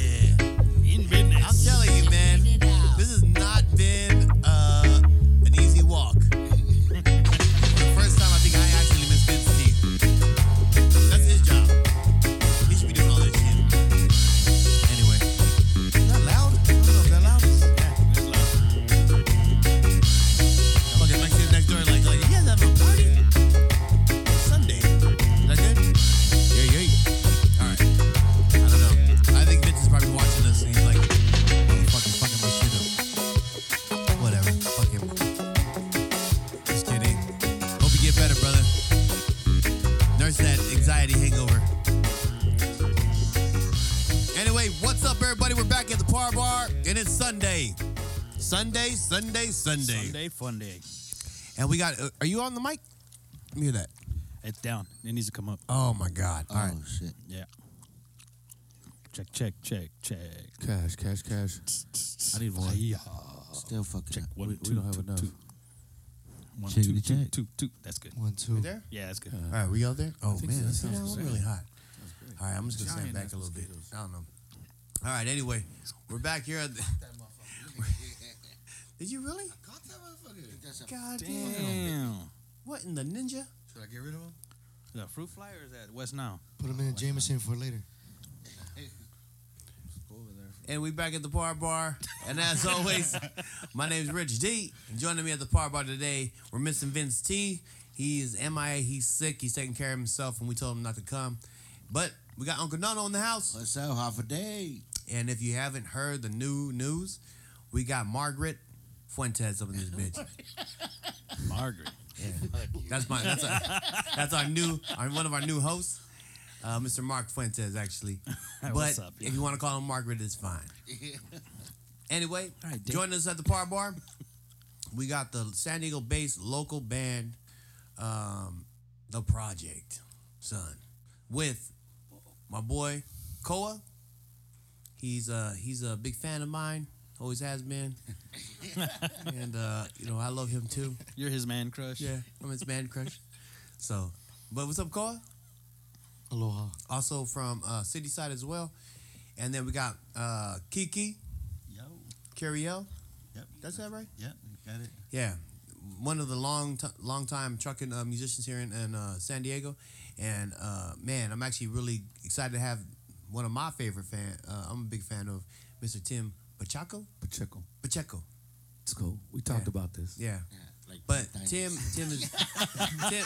uh, better, brother. Nurse that anxiety hangover. Anyway, what's up, everybody? We're back at the Par Bar, and it's Sunday. Sunday, Sunday, Sunday. Sunday fun day. And we got, uh, are you on the mic? Let me hear that. It's down. It needs to come up. Oh, my God. All right. shit. Yeah. Check, check, check, check. Cash, cash, cash. I need one. Yeah. Still fucking Check up. one, we, two, we don't have two, enough. two. One, Check two, the two, check. Uh, two, two. That's good. One, two. There? Yeah, that's good. All right, we all there? Oh, Um, think man, so. that That sounds sounds really hot. All right, I'm just gonna stand back a little bit. I don't know. All right, anyway, we're back here. At the... Did you really? Caught that motherfucker. God damn. Damn. What in the ninja? Should I get rid of him? Is that fruit fly or is that West Now? Put him in a Jameson for later. And we back at the Par Bar. And as always, my name is Rich D. And joining me at the Par Bar today, we're missing Vince T. He's MIA, he's sick, he's taking care of himself, and we told him not to come. But we got Uncle Nono in the house. What's up? Half a day. And if you haven't heard the new news, we got Margaret Fuentes up in this bitch. Margaret. That's my that's our, that's our new our, one of our new hosts, uh, Mr. Mark Fuentes actually. But What's up, if you want to call him Margaret, it's fine. Anyway, All right, Dick. join us at the Par Bar. We got the San Diego-based local band, um, The Project, son, with my boy Koa. He's uh he's a big fan of mine. Always has been. and uh, you know I love him too. You're his man crush. Yeah, I'm his man crush. So, but what's up, Koa? Aloha. Also from uh, City Side as well. And then we got uh, Kiki Yo. Curiel. Yep. That's that right? Yep. You got it. Yeah, one of the long, t- long time trucking uh, musicians here in, in uh, San Diego, and uh, man, I'm actually really excited to have one of my favorite fan. Uh, I'm a big fan of Mr. Tim Pacheco. Pacheco. Pacheco. Let's go. We talked Yeah. about this. Yeah. But Tim, Tim is Tim,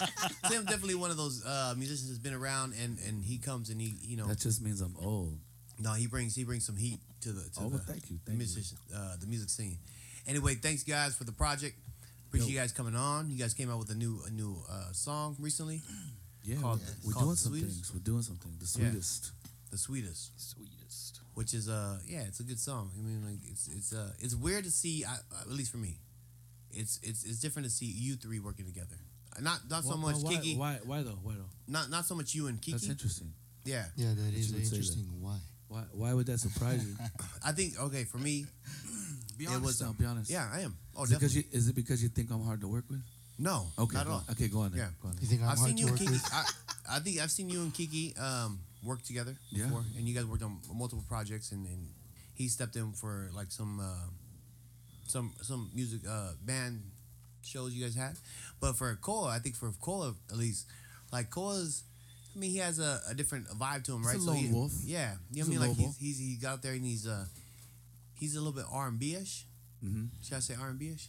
Tim definitely one of those uh, musicians that's been around, and and he comes and he you know That just means I'm old. no he brings he brings some heat to the to Oh, the, well, thank you, the thank you. musician uh, the music scene. Anyway, thanks guys for the project. Appreciate Yo. you guys coming on. You guys came out with a new a new uh, song recently, Yeah. Called- we- it's we're called doing the some sweetest? things. We're doing something. The Yeah. sweetest. "The Sweetest," Sweetest. which is uh yeah, it's a good song. I mean, like it's it's uh it's weird to see I, uh, at least for me, it's it's it's different to see you three working together. Uh, Not not so Why- much why, Kiki, Why? Why though? Why though? not not so much you and That's Kiki. interesting. Yeah, Yeah, that you is would say that. interesting. Why? Why? Why would that surprise you? I think okay for me. be honest was, now. Be honest. Yeah, I am. Oh, Is it, definitely. because you, is it because you think I'm hard to work with? no, Okay. not at go- all. Okay, go on then. Yeah. Go on You then. think I'm I've hard seen to you and work Kiki. with? I, I think I've seen you and Kiki um, work together Yeah. before, and you guys worked on multiple projects, and, and he stepped in for like some uh, some some music uh, band shows you guys had. But for Koa, I think for Koa at least, like Koa's. I mean, he has a, a different vibe to him, right? a he, lone wolf. Yeah, you know what He's a I mean. Like lone he's, wolf. he's he got out there and he's uh he's a little bit R and B ish. Mm-hmm. Should I say R and B ish?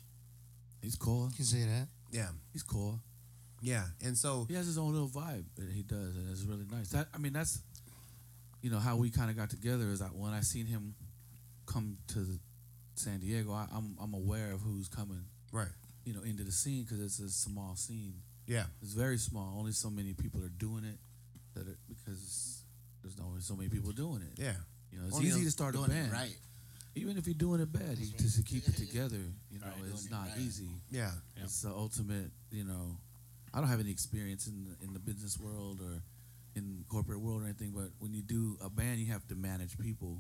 He's cool. You can say that. Yeah, He's cool. yeah. And so He has his own little vibe that he does, and it's really nice. That I mean, that's you know how we kind of got together is that when I seen him come to the- San Diego, I, I'm I'm aware of who's coming, right, you know, into the scene because it's a small scene. yeah. It's very small. Only so many people are doing it that it, because there's only so many people doing it. Yeah. You know, it's Only easy those to start a band, Even if you're doing it bad, you, just to keep it together, you know, Right, doing it's it not right. easy. Yeah. Yeah. It's the ultimate, you know. I don't have any experience in the, in the business world or in corporate world or anything, but when you do a band, you have to manage people,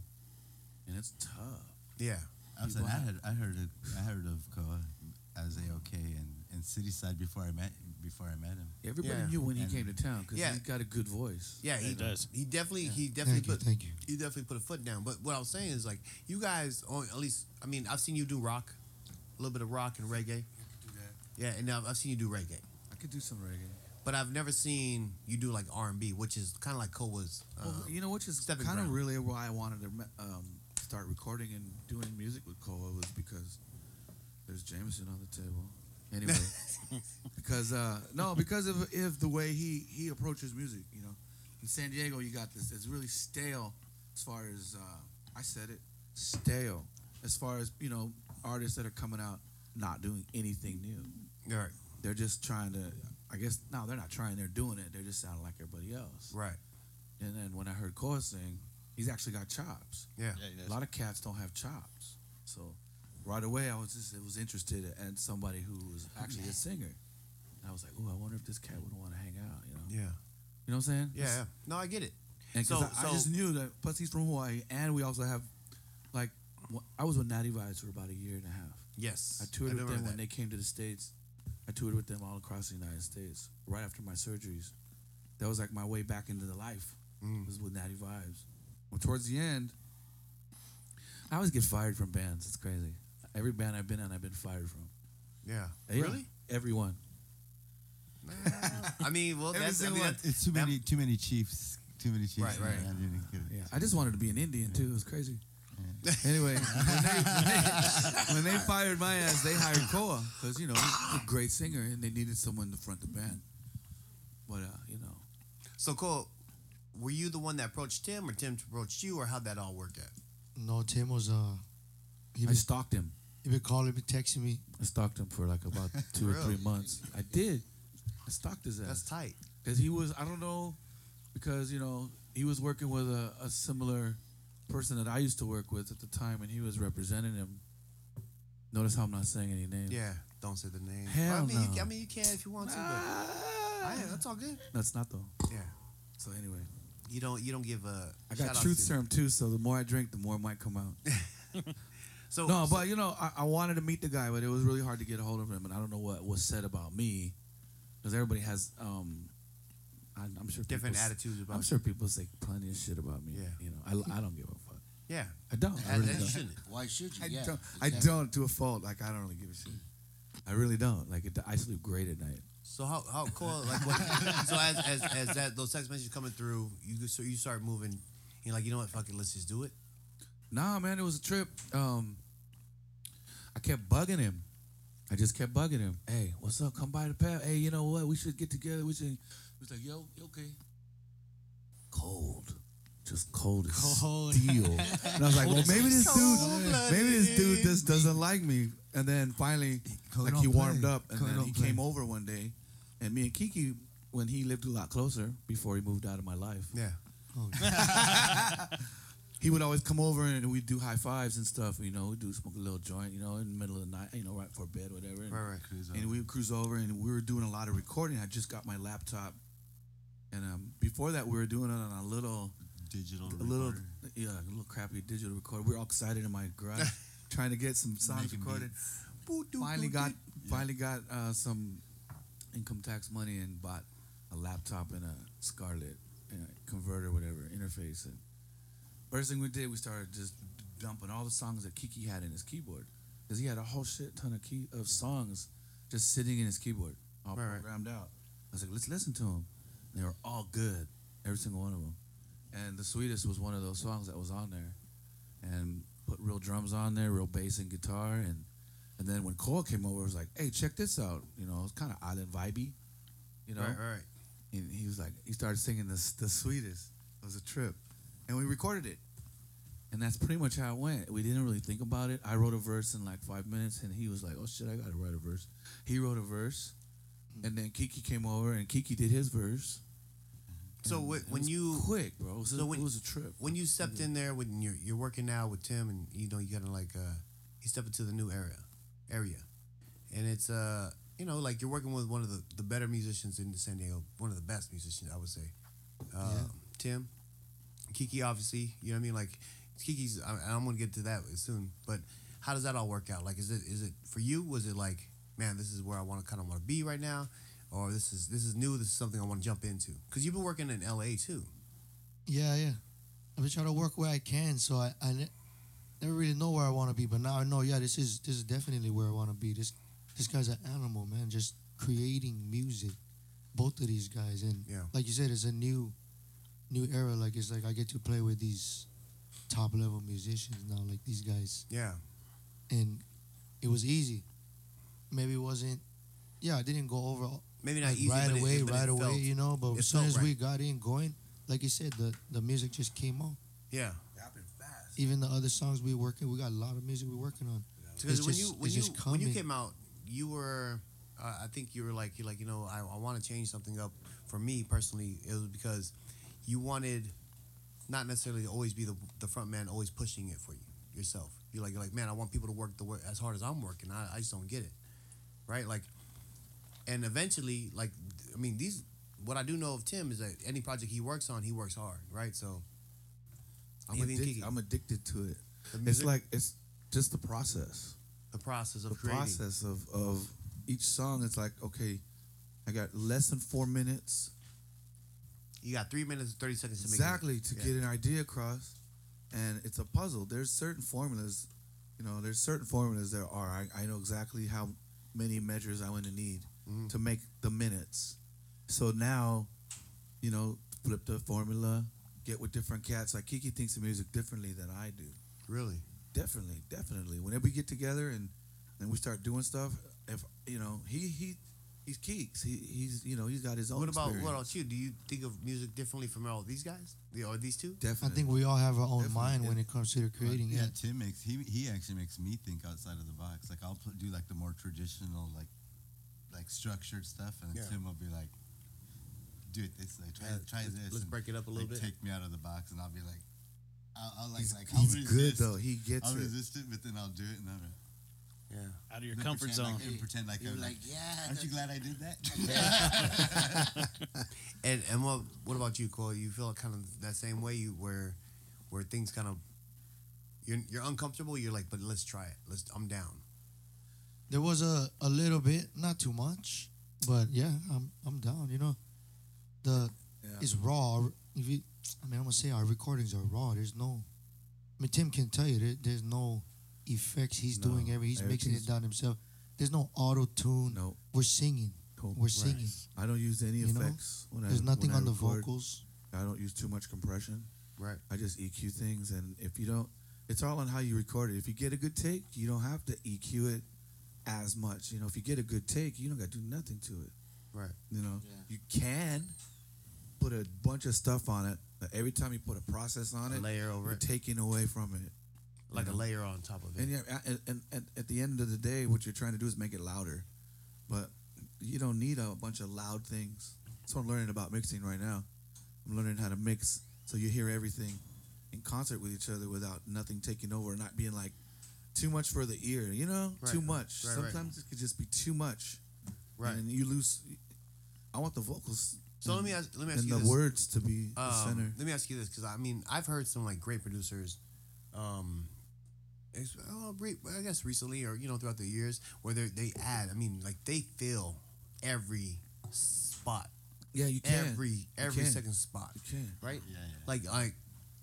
and it's tough. Yeah. I was saying, People I have- had I heard of, I heard of Koa as AOK and and City Side before I met before I met him. Everybody Yeah. knew when he And- came to town because Yeah. he got a good voice. Yeah, he It does. He definitely, he definitely Thank you. put, Thank you. he definitely put a foot down. But what I was saying is like, you guys, on, at least, I mean, I've seen you do rock, a little bit of rock and reggae. Yeah, and I've, I've seen you do reggae, I could do some reggae. but I've never seen you do like R and B, which is kind of like Koa's. Oh, Uh, Well, you know, which is Stepping kind of ground. really why I wanted to um, start recording and doing music with Koa was because there's Jameson on the table. Anyway, because uh, no, because of if the way he he approaches music, you know, in San Diego you got this. It's really stale as far as uh, I said it, stale as far as you know artists that are coming out not doing anything new all right. they're just trying to I guess no, they're not trying. They're doing it. They just sound like everybody else. Right. And then when I heard Koa sing, he's actually got chops. Yeah. A lot of cats don't have chops. So right away, I was just it was interested in somebody who was actually a singer. And I was like, oh, I wonder if this cat would want to hang out. You know. Yeah. You know what I'm saying? Yeah. yeah. No, I get it. And 'cause So- I, I just so- knew that. Plus, he's from Hawaii, and we also have, like, wh- I was with Natty Vibes for about a year and a half. Yes. I toured with remember them when that. they came to the states. I toured with them all across the United States right after my surgeries. That was like my way back into the life. Mm. Was with Natty Vibes. Well, towards the end, I always get fired from bands. It's crazy. Every band I've been in, I've been fired from. Yeah. Yeah, Really? Everyone. I mean, well, Every that's, I single mean, one. that's- It's too that- many, too many chiefs, too many chiefs. Right, right. I didn't give it. Yeah, I just wanted to be an Indian too. It was crazy. Anyway, when they, when they fired my ass, they hired Koa because you know he's a great singer, and they needed someone to front the band. But uh, you know, So, Cole, were you the one that approached Tim, or Tim approached you, or how'd that all work out? No, Tim was uh, he I been, stalked him. he been calling me, texting me. I stalked him for like about two or Really? three months. I did. I stalked his That's ass tight. because he was. I don't know because you know he was working with a, a similar person that I used to work with at the time, and he was representing him. Notice how I'm not saying any names. Yeah. Don't say the name. Hell I mean, you, no. I mean, you can if you want to, but Ah. I, that's all good. That's not though. Yeah. So anyway, You don't. You don't give a. I got shout out truth to- serum too. So the more I drink, the more it might come out. So no, but you know, I, I wanted to meet the guy, but it was really hard to get a hold of him, and I don't know what was said about me, because everybody has, um, I, I'm sure people different s- attitudes about. I'm sure people say plenty of shit about me. Yeah. you know, I, I don't give a fuck. Yeah. I don't. I And really that don't. shouldn't. Why should you? I don't. I don't to a fault. Like I don't really give a shit. I really don't. Like it, I sleep great at night. So how how cool like what, so as, as as that those text messages coming through you so you start moving you're like you know what fuck it let's just do it Nah, man, it was a trip. Um, I kept bugging him. I just kept bugging him. Hey, what's up? Come by the pub. Hey, you know what? We should get together. We should. He was like, yo, you okay. Cold, just cold as steel. and I was like, well, maybe this dude, maybe this dude just doesn't like me. And then finally, Cold like he don't warmed play. up, and Cold then don't he play. came over one day, and me and Kiki, when he lived a lot closer before he moved out of my life, yeah he would always come over and we'd do high fives and stuff. You know, we'd do smoke a little joint, you know, in the middle of the night, you know, right before bed, whatever. And, right right Cruise and over. we would cruise over and we were doing a lot of recording. I just got my laptop. And um, before that, we were doing it on a little, digital. a little, recorder. yeah, a little crappy digital recorder. We were all excited in my garage trying to get some sounds Making recorded. Boop, doop, Finally doop, got, doop. finally got uh, some income tax money and bought a laptop and a Scarlett and a converter, whatever interface. And first thing we did, we started just dumping all the songs that Kiki had in his keyboard, because he had a whole shit ton of key of songs just sitting in his keyboard, all Right, right. programmed out. I was like, let's listen to them. They were all good, every single one of them. And the sweetest was one of those songs that was on there, and put real drums on there, real bass and guitar, and and then when Cole came over, I was like, hey, check this out. You know, it's kind of island vibey, you know right right and he was like, he started singing the the sweetest. It was a trip, and we recorded it, and that's pretty much how it went. We didn't really think about it. I wrote a verse in like five minutes, and he was like, oh shit, I gotta write a verse. He wrote a verse, Hmm. and then Kiki came over, and Kiki did his verse. so wh- It when was you quick, bro, it was, so a, when- it was a trip. when you stepped in there when you're you're working now with Tim and you know you gotta like uh you step into the new area area and it's uh you know like you're working with one of the the better musicians in San Diego one of the best musicians I would say uh, Tim Kiki obviously you know what I mean like Kiki's I, I'm gonna get to that soon but how does that all work out like is it is it for you was it like man this is where I want to kind of want to be right now or this is this is new this is something I want to jump into because you've been working in LA too Yeah, yeah. I've been trying to work where I can, so I, I ne- never really know where I want to be. But now I know, yeah, this is this is definitely where I want to be. This this guy's an animal, man. Just creating music, both of these guys, and Yeah. like you said, it's a new new era. Like it's like I get to play with these top level musicians now, like these guys, yeah and it was easy. Maybe it wasn't. Yeah, I didn't go over maybe not like, easy right but it- away, but it right away, felt- you know. But it as soon felt as we right. got in going, like you said, the the music just came out. yeah Happened fast. Even the other songs we working, we got a lot of music we're working on. because It's when just- you when it's you just when you coming. came out you were uh, I think you were like you're like you know I, I want to change something up. For me personally, it was because you wanted not necessarily to always be the the front man, always pushing it for you yourself. You're like you're like man, I want people to work the work as hard as I'm working. I, I just don't get it, right? Like, and eventually, like I mean these. What I do know of Tim is that any project he works on, he works hard, right? So I'm, Even Kiki. addic- I'm addicted to it. The It's music? like it's just the process. the process of the creating, process of of each song. It's like okay, I got less than four minutes you got three minutes and thirty seconds to make it. exactly to Yeah. get an idea across, and it's a puzzle. There's certain formulas, you know. There's certain formulas there are. I, I know exactly how many measures I'm going to need Mm. to make the minutes. So now, you know, flip the formula, get with different cats. Like Kiki thinks of music differently than I do. Really, Definitely, definitely. Whenever we get together and then we start doing stuff, if you know, he he he's geeks. He he's you know he's got his own. what about what experience. about you? Do you think of music differently from all these guys? The- Or these two? Definitely. I think we all have our own Definitely, mind yeah. when it comes to the creating. yeah, Yeah. Tim makes he he actually makes me think outside of the box. Like I'll pl- do like the more traditional like like structured stuff, and Yeah. Tim will be like, "Do it this way, try Yeah, try let's- this." let's and, break it up a little like, bit. Take me out of the box, and I'll be like, "I'll, I'll like he's, like I'll he's good resist. though. He gets I'll it. resist it, but then I'll do it, and then Yeah. Out of your then comfort pretend, zone. Like, and pretend like You're I'm like, like, "Yeah, aren't you glad I did that?" And and what what about you, Cole? You feel kind of that same way? You where where things kind of you're you're uncomfortable. You're like, but let's try it. Let's. I'm down. There was a, a little bit, not too much, but yeah, I'm I'm down. You know, the Yeah. it's raw. If you, I mean, I'm gonna say our recordings are raw. There's no, I mean, Tim can tell you there, there's no effects. He's No, doing every. He's mixing everything's- it down himself. There's no auto tune. No. we're singing. Cool. We're singing. I don't use any You know? effects when I There's nothing when I on the record. vocals. I don't use too much compression. Right. I just EQ things, and if you don't, it's all on how you record it. If you get a good take, you don't have to EQ it as much. You know, if you get a good take, you don't got to do nothing to it. Right. You know, you can put a bunch of stuff on it, but every time you put a process on A it, layer over you're it, taking away from it. like a layer on top of it. And yeah, and, and, and at the end of the day, what you're trying to do is make it louder, but you don't need a bunch of loud things. That's what I'm learning about mixing right now. I'm learning how to mix so you hear everything in concert with each other without nothing taking over, not being like too much for the ear. You know, Right. too much. Right, right. Sometimes it could just be too much, Right. And you lose. I want the vocals so let me ask. Let me ask and you the this. words to be the Um, center. Let me ask you this, because I mean, I've heard some like great producers, um, it's- oh, re- I guess recently or you know throughout the years where they they add. I mean, like they fill every spot, Yeah, you can. every every can. second spot, you can. right? yeah, yeah. Like like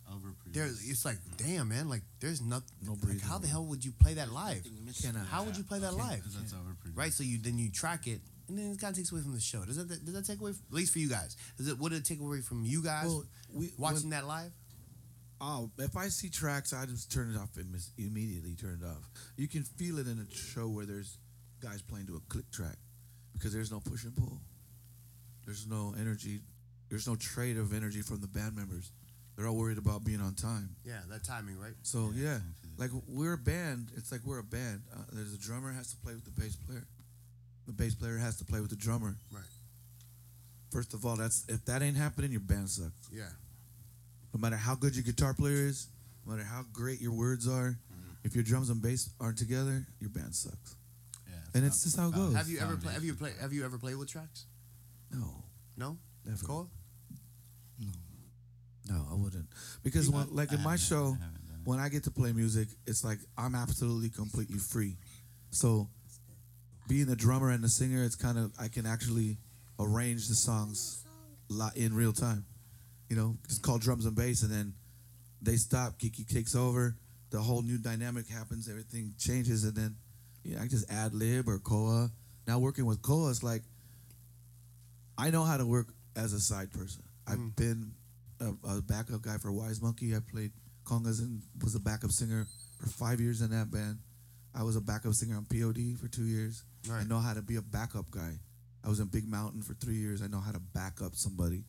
Overproduced. there's it's like damn man, like there's nothing. No like, breathing how the room. hell would you play that live? Cannot. How would you play that live? Because that's overproduced. Right, so you then you track it, and then it kind of takes away from the show. Does that does that take away? At least for you guys, does it? What did it take away from you guys Well, we- watching that live? Oh, if I see tracks, I just turn it off and mis- immediately turn it off. You can feel it in a show where there's guys playing to a click track because there's no push and pull. There's no energy. There's no trade of energy from the band members. They're all worried about being on time. Yeah, that timing, right? So Yeah, yeah, I can see like we're a band. It's like we're a band. Uh, there's a drummer has to play with the bass player. The bass player has to play with the drummer. Right. First of all, that's if that ain't happening, your band sucks. Yeah. No matter how good your guitar player is, no matter how great your words are, if your drums and bass aren't together, your band sucks. Yeah, And it's just how it goes. Have you ever played? Have you played? Have you ever played with tracks? No, No. never. Cole? No, I wouldn't. Because when, like in my show, when I get to play music, it's like I'm absolutely completely free. So being the drummer and the singer, it's kind of I can actually arrange the songs li- in real time. You know, it's called drums and bass, and then they stop. Kiki takes over. The whole new dynamic happens. Everything changes, and then you know, I just ad lib or Koa. Now working with Koa, it's like I know how to work as a side person. I've been a, a backup guy for Wise Monkey. I played congas and was a backup singer for five years in that band. I was a backup singer on POD for two years. I Right. know how to be a backup guy. I was in Big Mountain for three years. I know how to back up somebody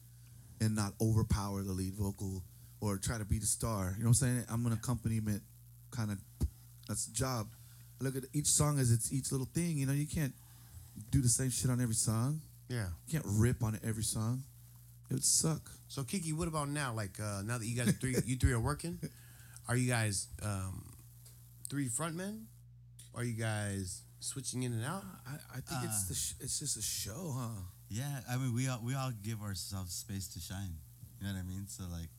and not overpower the lead vocal or try to be the star. You know what I'm saying? I'm an accompaniment kind of that's the job. I look at each song as it's each little thing. You know, you can't do the same shit on every song. Yeah. You can't rip on every song. It would suck. So Kiki, what about now? Like uh, now that you guys three, you three are working, are you guys um, three frontmen? Are you guys switching in and out? I, I think it's Uh. the sh- it's just a show, huh? Yeah, I mean, we all we all give ourselves space to shine. You know what I mean? So like,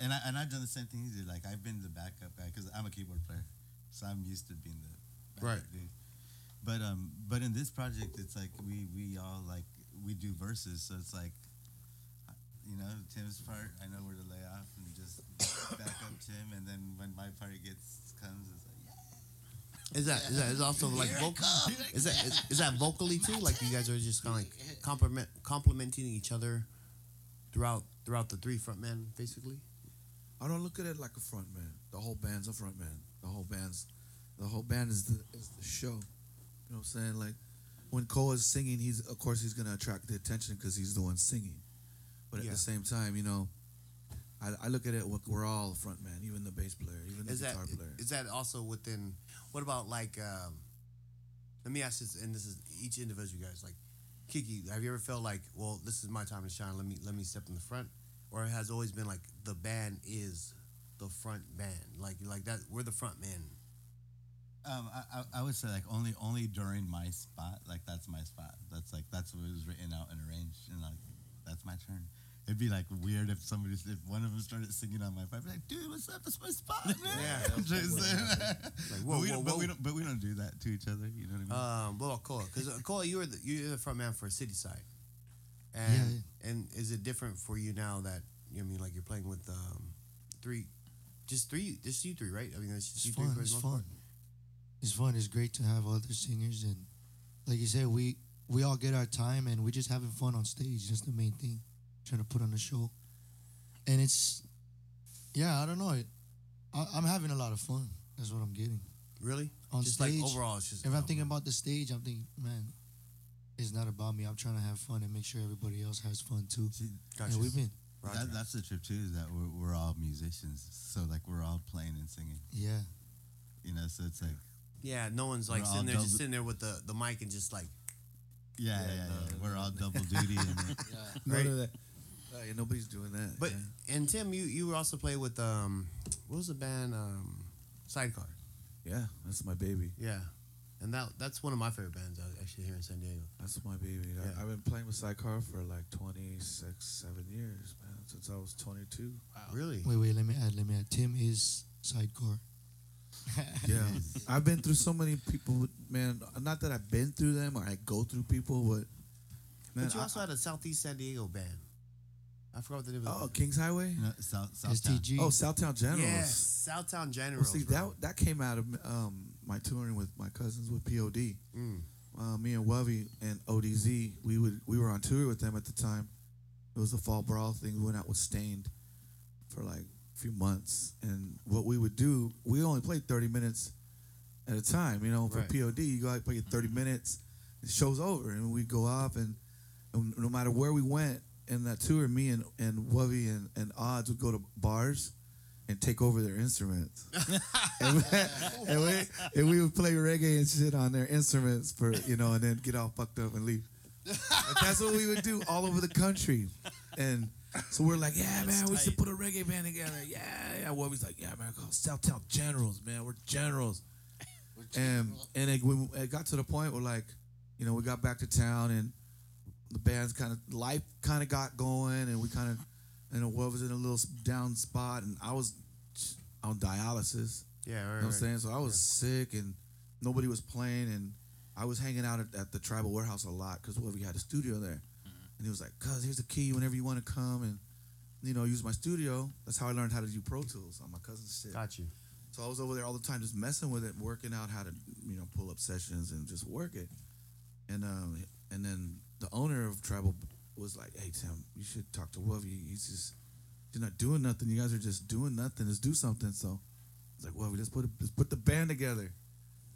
and I and I've done the same thing he did. Like I've been the backup guy because I'm a keyboard player, so I'm used to being the backup Right. dude. But um, but in this project, it's like we we all like we do verses, so it's like, you know, Tim's part, I know where to lay off and just back up Tim, and then when my part gets comes, it's like yeah, Is that is that is also like vocal? Is that is, is that vocally too? Like you guys are just kind of like compliment complimenting each other throughout throughout the three frontmen basically. I don't look at it like a front man. The whole band's a front man. The whole band's the whole band is the is the show. You know what I'm saying? Like when Cole is singing, he's of course he's gonna attract the attention because he's the one singing. But at Yeah. the same time, you know, I, I look at it. we're- We're all front man, even the bass player, even the Is that guitar player. is that also within? What about like? Um, let me ask this, and this is each individual guys. Like, Kiki, have you ever felt like, well, this is my time to shine. Let me let me step in the front, or it has always been like the band is the front band, like like that. We're the front man. Um, I, I- I would say like only only during my spot, like that's my spot. That's like that's what was written out and arranged, and like that's my turn. It'd be like weird if somebody if one of them started singing on my part, I'd be like, dude, what's up? That's my spot, man. Yeah, You know what I'm that's what saying? Like, but, whoa, we whoa, don't, but whoa. we don't but we don't do that to each other. You know what I mean? Mm-hmm. Um, well, Koa, because Koa, you were the, you're the front man for City Side, and Yeah, and is it different for you now that you know, what I mean, like you're playing with um, three, just three, just you three, right? I mean, that's just It's you three fun. for the It's most fun. part. It's fun. It's great to have other singers and, like you said, we we all get our time and we're just having fun on stage. That's the main thing. Trying to put on a show, and it's, yeah, I don't know. It, I, I'm having a lot of fun. That's what I'm getting. Really? On just stage, like overall, it's just. If I'm thinking about the stage, I'm thinking, man, it's not about me. I'm trying to have fun and make sure everybody else has fun too. See, Gotcha. And we've been, Roger. that, that's the trip too. Is that we're, we're all musicians, so like we're all playing and singing. yeah, You know, so it's like yeah, no one's like We're all sitting there, just double- sitting there with the, the mic and just like, yeah, yeah, yeah. we're all double duty. And like, Right. None of that. Uh, yeah, nobody's doing that. but yeah. and Tim, you you also play with um, what was the band um, Sidecar? Yeah, that's my baby. Yeah, and that that's one of my favorite bands uh, actually here in San Diego. That's my baby. Yeah. I, I've been playing with Sidecar for like 26, 7 years, man, since I was 22. Really? wait, wait, let me add, let me add. Tim is sidecar. Yeah. I've been through so many people, man. Not that I've been through them or I go through people, but. Man, but you I- also had a Southeast San Diego band. I forgot what the name of the oh, band. Kings Highway? you know, South, South Town. STG. Oh, Southtown Generals. Yes, Southtown Well, Generals. see, bro. that, that came out of um, my touring with my cousins with POD. Mm. uh, me and Wovey and ODZ, we would we were on tour with them at the time. It was the fall brawl thing. We went out with Stained for like a few months, and what we would do, we only played thirty minutes at a time. You know, for Right. POD, you go out play thirty minutes, the show's over, and we go off, and, and no matter where we went in that tour, me and and Wovey and and Odds would go to bars and take over their instruments. and, we, and, we, and we would play reggae and shit on their instruments for you know, and then get all fucked up and leave. But that's what we would do all over the country, and so we're like, yeah, man, we should put a reggae band together. Yeah, yeah. Well, he's like, yeah, man, call Southtown Generals, man, we're generals. And and it, when it got to the point where like, you know, we got back to town and the band's kind of life kind of got going, and we kind of, you know, what was in a little s- down spot, and I was on dialysis. Yeah, right, You know right. what I'm saying? So I was sick and nobody was playing and I was hanging out at, at the tribal warehouse a lot because we had a studio there. Mm-hmm. And he was like, cuz here's the key whenever you want to come and you know, use my studio. That's how I learned how to do Pro Tools on my cousin's shit. Got you. So I was over there all the time, just messing with it, working out how to, you know, pull up sessions and just work it. And um, and then the owner of Tribal was like, "Hey Tim, you should talk to Wovey. He's just you're not doing nothing. You guys are just doing nothing. Let's do something." So it's like, "Wovey, let's put a, let's put the band together,"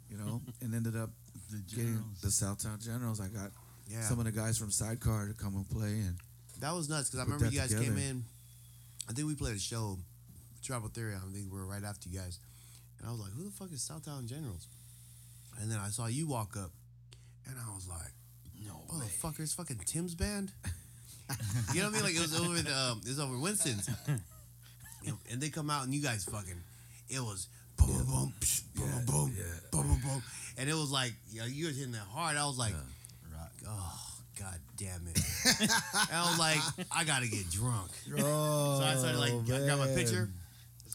you know. and ended up The getting Generals. the Southtown Generals. I got Yeah. some of the guys from Sidecar to come and play, and Oh, That was nuts because I Put remember that you guys came together. in. I think we played a show, Tribal Theory. I think we were right after you guys, and I was like, "Who the fuck is Southtown Generals?" And then I saw you walk up, And I was like, no, motherfucker, it's fucking Tim's band. you know what I mean? Like it was over the, um, it was over Winston's, You know, and they come out and you guys fucking, it was boom boom boom psh, boom boom boom, boom boom boom, and it was like you, know, you was hitting that hard. I was like, Rock. oh god damn it! and I was like, I gotta get drunk. Oh, So I started like I got my man. picture,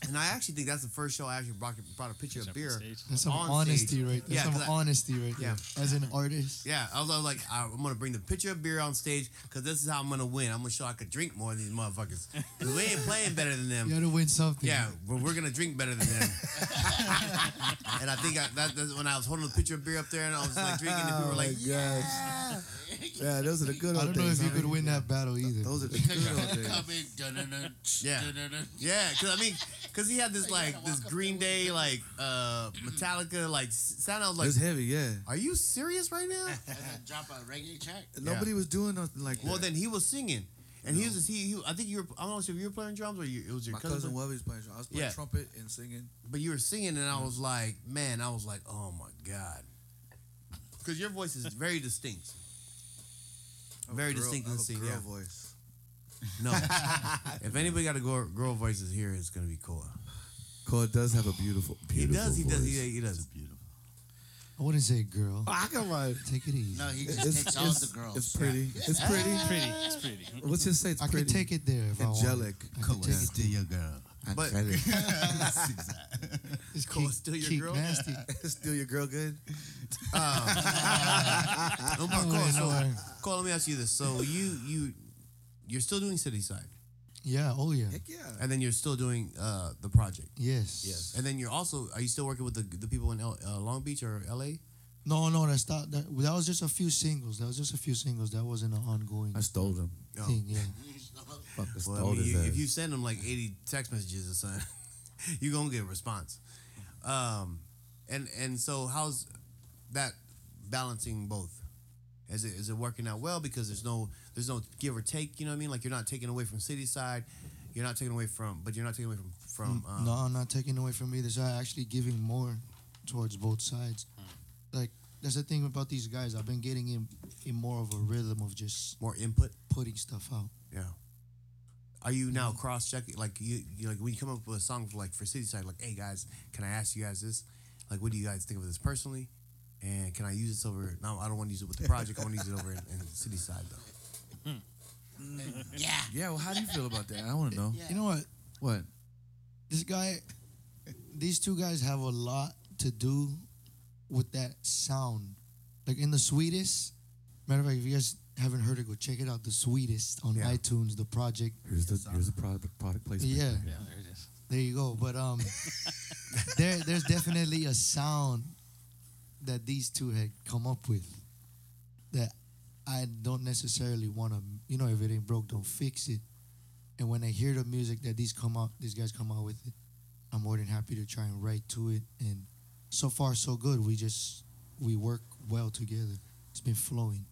and I actually think that's the first show I actually brought, brought a picture of beer. Oh, That's some On honesty, stage. right? That's Yeah, some 'cause I- honesty, right? Yeah. Yeah. As an artist. Yeah, I was, I was like, I- I'm gonna bring the picture of beer on stage because this is how I'm gonna win. I'm gonna show I could drink more than these motherfuckers. 'Cause we ain't playing better than them. You gotta win something. Yeah, but we're gonna drink better than them. and I think I, that, that's when I was holding a picture of beer up there and I was like drinking, and people were like, my gosh. Yeah, those are the good I old don't know if days. you could win that battle either. Those are the good old days. yeah, yeah, because I mean, because he had this like this Green Day like uh Metallica like s- sound. I was like, It's heavy, yeah. are you serious right now? Nobody was doing nothing like Well, that. then he was singing, and he was just, he, he. I think you were. I don't know if you were playing drums or you, it was your my cousin. cousin Webby was playing. drum. I was playing Yeah. trumpet and singing. but you were singing, and I was like, man, I was like, oh my god, because your voice is very distinct. I have a Very girl- distinct I have and a sing, girl yeah. voice. No, if anybody got a girl, girl voices here, it's gonna be Koa. Cole does have a beautiful, He beautiful does, he does, voice. he, he does. Beautiful. I wouldn't say girl. Ah, come on. Take it easy. No, he just It's- takes all it's- the girls. It's pretty. It's pretty. Pretty. It's pretty. Let's just say it's I pretty. could take it there if I want. Angelic. I Cool. could take it Still your girl. But- It's Cool, keep, still your keep girl? nasty. Still your girl good? No, but Koa, so, no. Koa, let me ask you this: so you you you're still doing City Side, Yeah, oh yeah. Heck yeah. and then you're still doing uh, the project. Yes. And then you're also are you still working with the the people in L, uh, Long Beach or L.A.? No, no, that's not that that was just a few singles. That was just a few singles. That wasn't an ongoing I stole them. Oh. thing, yeah. Fuck, I stole Well, I mean, his you, uh, ass. if you send them like 80 text messages or something, you're going to get a response. Um, and and so how's that balancing both? Is it, is it working out well because there's no there's no give or take, you know what I mean? Like you're not taking away from city side, you're not taking away from but you're not taking away from from um, Mm, no, I'm not taking away from either side. Actually, giving more towards both sides. Like that's the thing about these guys. I've been getting in, in more of a rhythm of just more input. putting stuff out. Yeah. Are you now cross checking like you, you like when you come up with a song for like for City Side, like, hey guys, can I ask you guys this? Like what do you guys think of this personally? And can I use this over no, I don't want to use it with the project, I want to use it over in, in City Side though. yeah. yeah, well, Oh, how do you feel about that? I want to know. Yeah. You know what? What? This guy, these two guys have a lot to do with that sound. Like in the sweetest. Matter of fact, if you guys haven't heard it, go check it out. The sweetest on Yeah. iTunes. The project. Here's the here's the product product placement. Yeah. Yeah, there it is. There you go. But um, there there's definitely a sound that these two had come up with that I don't necessarily want to. You know, if it ain't broke, don't fix it. And when I hear the music that these come out, these guys come out with it, I'm more than happy to try and write to it. And so far, so good. We just we work well together. It's been flowing,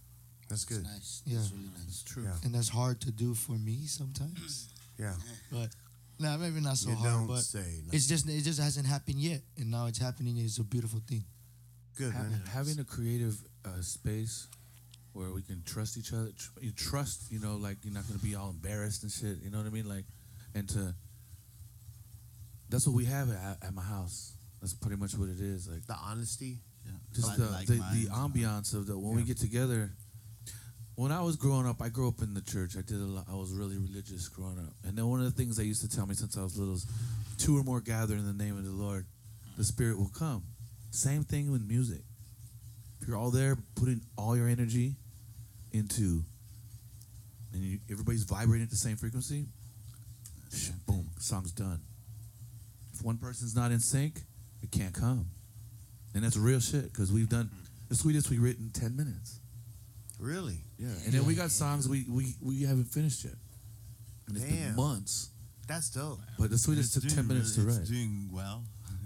That's good. Nice. Yeah. That's really nice. True. Yeah. and that's hard to do for me sometimes. Yeah. But nah, maybe not so you hard. don't but say no. it's just it just hasn't happened yet, and now it's happening. It's a beautiful thing. good, Ha- man. having a creative uh, space where we can trust each other, tr- you trust, you know, like you're not gonna be all embarrassed and shit. You know what I mean? Like, and to that's what we have at, at my house. That's pretty much what it is. Like, The honesty. just the the, the ambiance of the when we Yeah. get together. When I was growing up, I grew up in the church. I did a lot. I was really religious growing up, and then one of the things they used to tell me since I was little is, two or more gather in the name of the Lord, the Spirit will come. Same thing with music. If you're all there, putting all your energy into, and you, everybody's vibrating at the same frequency, sh- boom, song's done. If one person's not in sync, it can't come. And that's real shit because we've done the sweetest we've written ten minutes. Really? Yeah, and then we got songs we we, we haven't finished yet, and it's Damn. been months. That's dope. But the sweetest took ten minutes to write, It's doing well.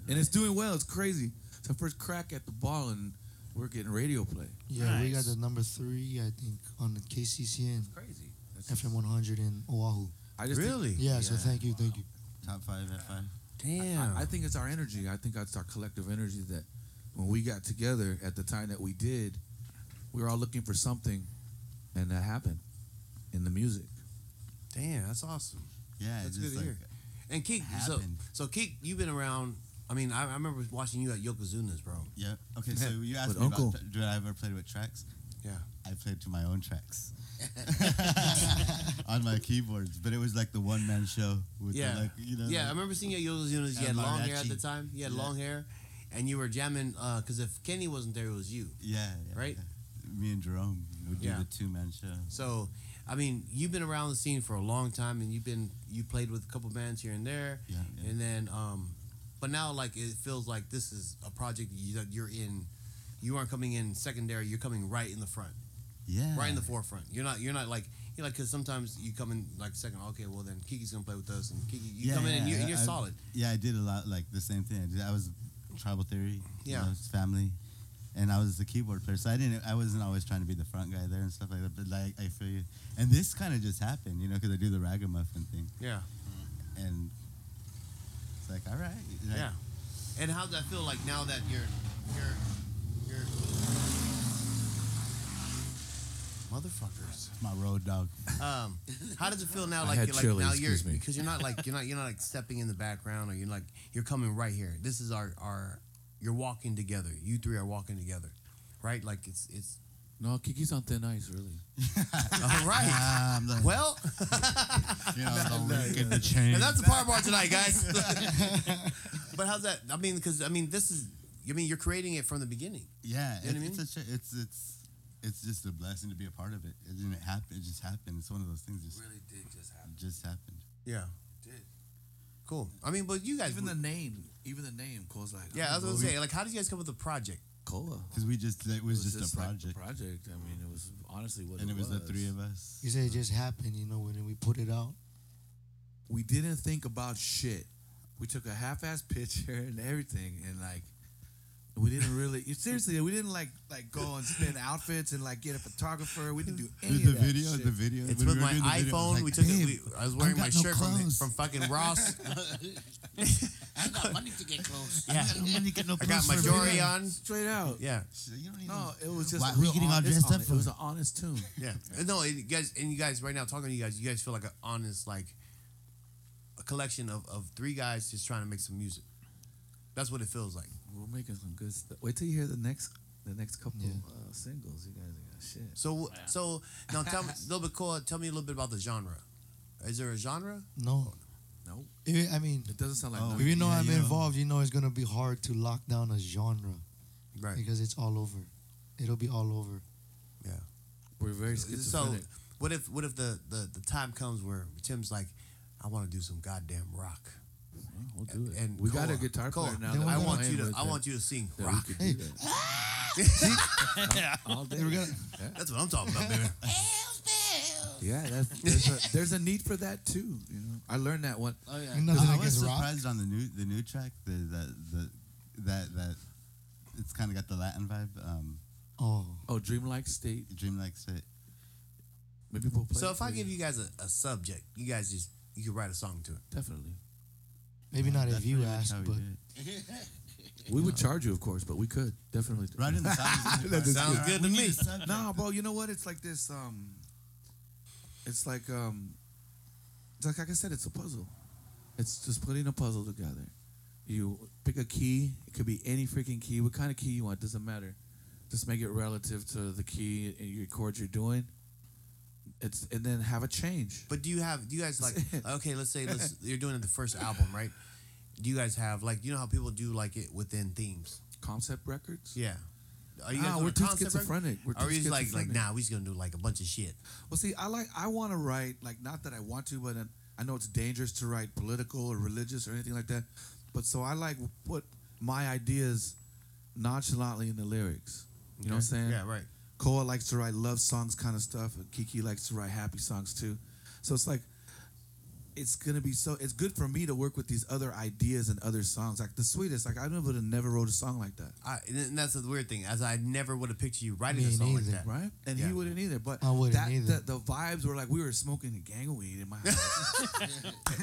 and it's doing well. It's crazy. It's our first crack at the ball, and we're getting radio play. Yeah, we got the number three, I think, on the KCCN Crazy. That's just- FM 100 in Oahu. I just think- Really? Yeah, so thank you, thank you. Top five at five. Damn. I, I think it's our energy. I think it's our collective energy that when we got together at the time that we did, we were all looking for something, and that happened in the music. Damn, that's awesome. Yeah, that's it good just to like hear. And Keek, so happened. so Keek, you've been around. I mean, I, I remember watching you at Yokozuna's, bro. Yeah. Okay, so you asked With me Uncle. about do I ever play with tracks? Yeah. I played to my own tracks on my keyboards, but it was like the one man show with Yeah. the, like you know yeah, I like- remember seeing you at Yokozuna's. You had And long hair at the mariachi. time. You had Mm-hmm. Yeah. long hair, and you were jamming. uh 'cause because if Kenny wasn't there, it was you. yeah, yeah, Right? yeah. Me and Jerome would Yeah. do the two man show. So, I mean, you've been around the scene for a long time, and you've been you played with a couple bands here and there, Yeah, yeah. and then, um, but now like it feels like this is a project you, that you're in. You aren't coming in secondary. You're coming right in the front, Yeah, right in the forefront. You're not. You're not like you know, like because sometimes you come in like second. Okay, well then Kiki's gonna play with us, and Kiki, you Yeah, come in and yeah, you're, and I- you're I- solid. Yeah, I did a lot like the same thing. I, did, I was tribal theory. Yeah. you know, it's family, and I was the keyboard player. So I didn't. I wasn't always trying to be the front guy there and stuff like that. But like I feel you. And this kind of just happened, you know, because I do the ragamuffin thing, Yeah, and it's like all right, like, yeah. And how's that feel like now that you're you're you're motherfuckers. my road dog. Um, how does it feel now? I Like had you're like chili, now you're excuse me. because you're not like you're not you're not like stepping in the background or you're like you're coming right here. This is our our you're walking together. You three are walking together, right? Like it's it's No, Kiki's on thin ice, really. all right. Ah, I'm like, Well, you know, the link in the chain. and that's the power bar tonight, guys. but how's that? I mean, because I mean this is I mean you're creating it from the beginning. Yeah, You know it- what I it's a ch- it's it's it's just a blessing to be a part of it. It didn't happen. It just happened. It's one of those things. Just really did just happen. just happened. Yeah. did. Cool. I mean, but you guys. Even the name, even the name, Cole's like yeah, I was oh, gonna we- say, like, how did you guys come up with the project? Cola. Because we just it was, just, a like project, project. I mean, it was honestly what and it it was the three of us. You said it just happened, you know, when we put it out. we didn't think about shit. We took a half-ass picture and everything, and like, we didn't really. seriously, we didn't like like go and spin outfits and like get a photographer. We didn't do any The of that video, shit. the video. It's when with we were my doing the video, iPhone. I was like, we took "Babe, it. We, I was wearing got my no shirt from, the, clothes." from fucking Ross. I got money to get clothes. Yeah. I don't wanna get no I got clothes my for jewelry video." on. Straight out. Yeah, So you don't even- No, it was just. Why- a we real getting all honest- dressed up honest- for? It was an honest tune. yeah. No, it, you guys and you guys right now talking to you guys, you guys feel like an honest like a collection of, of three guys just trying to make some music. That's what it feels like. We're making some good stuff. Wait till you hear the next the next couple Yeah. uh, singles. You guys got shit. So so now tell me a little bit cool. Tell me a little bit about the genre. Is there a genre? No. No, If, I mean, it doesn't sound like. Oh, nothing. if you know yeah, I'm you know. involved, you know it's going to be hard to lock down a genre Right. because it's all over. It'll be all over. Yeah. We're very So schizophrenic. what if what if the, the, the time comes where Tim's like, I want to do some goddamn rock. we'll do it. And we got a Koa, guitar Koa, player now. Then that we I can gotta want play you to with I that- want you to sing that we rock. could Hey. do that. all day. We're gonna- That's what I'm talking about, baby. Yeah, that's, there's, a, there's a need for that too. You know, I learned that one. Oh yeah. Ain't nothing I was against rock. surprised on the new the new track the the, the that that it's kind of got the Latin vibe. Um, Oh, Oh, dreamlike state. Dreamlike set. Maybe we'll play. So if I for give you guys a, a subject, you guys just you can write a song to it. definitely, maybe not if That's you pretty much ask, how we but do it. we would charge you, of course, but we could definitely. do- right in the sounds. Sounds good to me. Nah, bro. You know what? It's like this. Um, it's like um, it's like, like I said, it's a puzzle. It's just putting a puzzle together. You pick a key. It could be any freaking key. What kind of key you want doesn't matter. Just make it relative to the key and your chords you're doing. It's and then have a change. But do you have do you guys like okay, let's say let's you're doing it the first album, right? Do you guys have like you know how people do like it within themes? Concept records. Yeah. Are Nah, on we're a too concept record? schizophrenic. We're Or too you just like like schizophrenic. nah, we just gonna do like a bunch of shit. Well, see, I like I want to write like not that I want to, but uh, I know it's dangerous to write political or religious or anything like that. But so I like put my ideas nonchalantly in the lyrics. You know what I'm saying? Yeah, right. Koa likes to write love songs kind of stuff. and Kiki likes to write happy songs too. So it's like i- it's gonna be so. It's good for me to work with these other ideas and other songs. Like the sweetest. Like I never have never wrote a song like that. I, and that's the weird thing, as I never would have pictured you writing Me a song neither. like that. Right, and Yeah. he wouldn't either. But I wouldn't that, either. The, the vibes were like we were smoking a gang of weed in my house,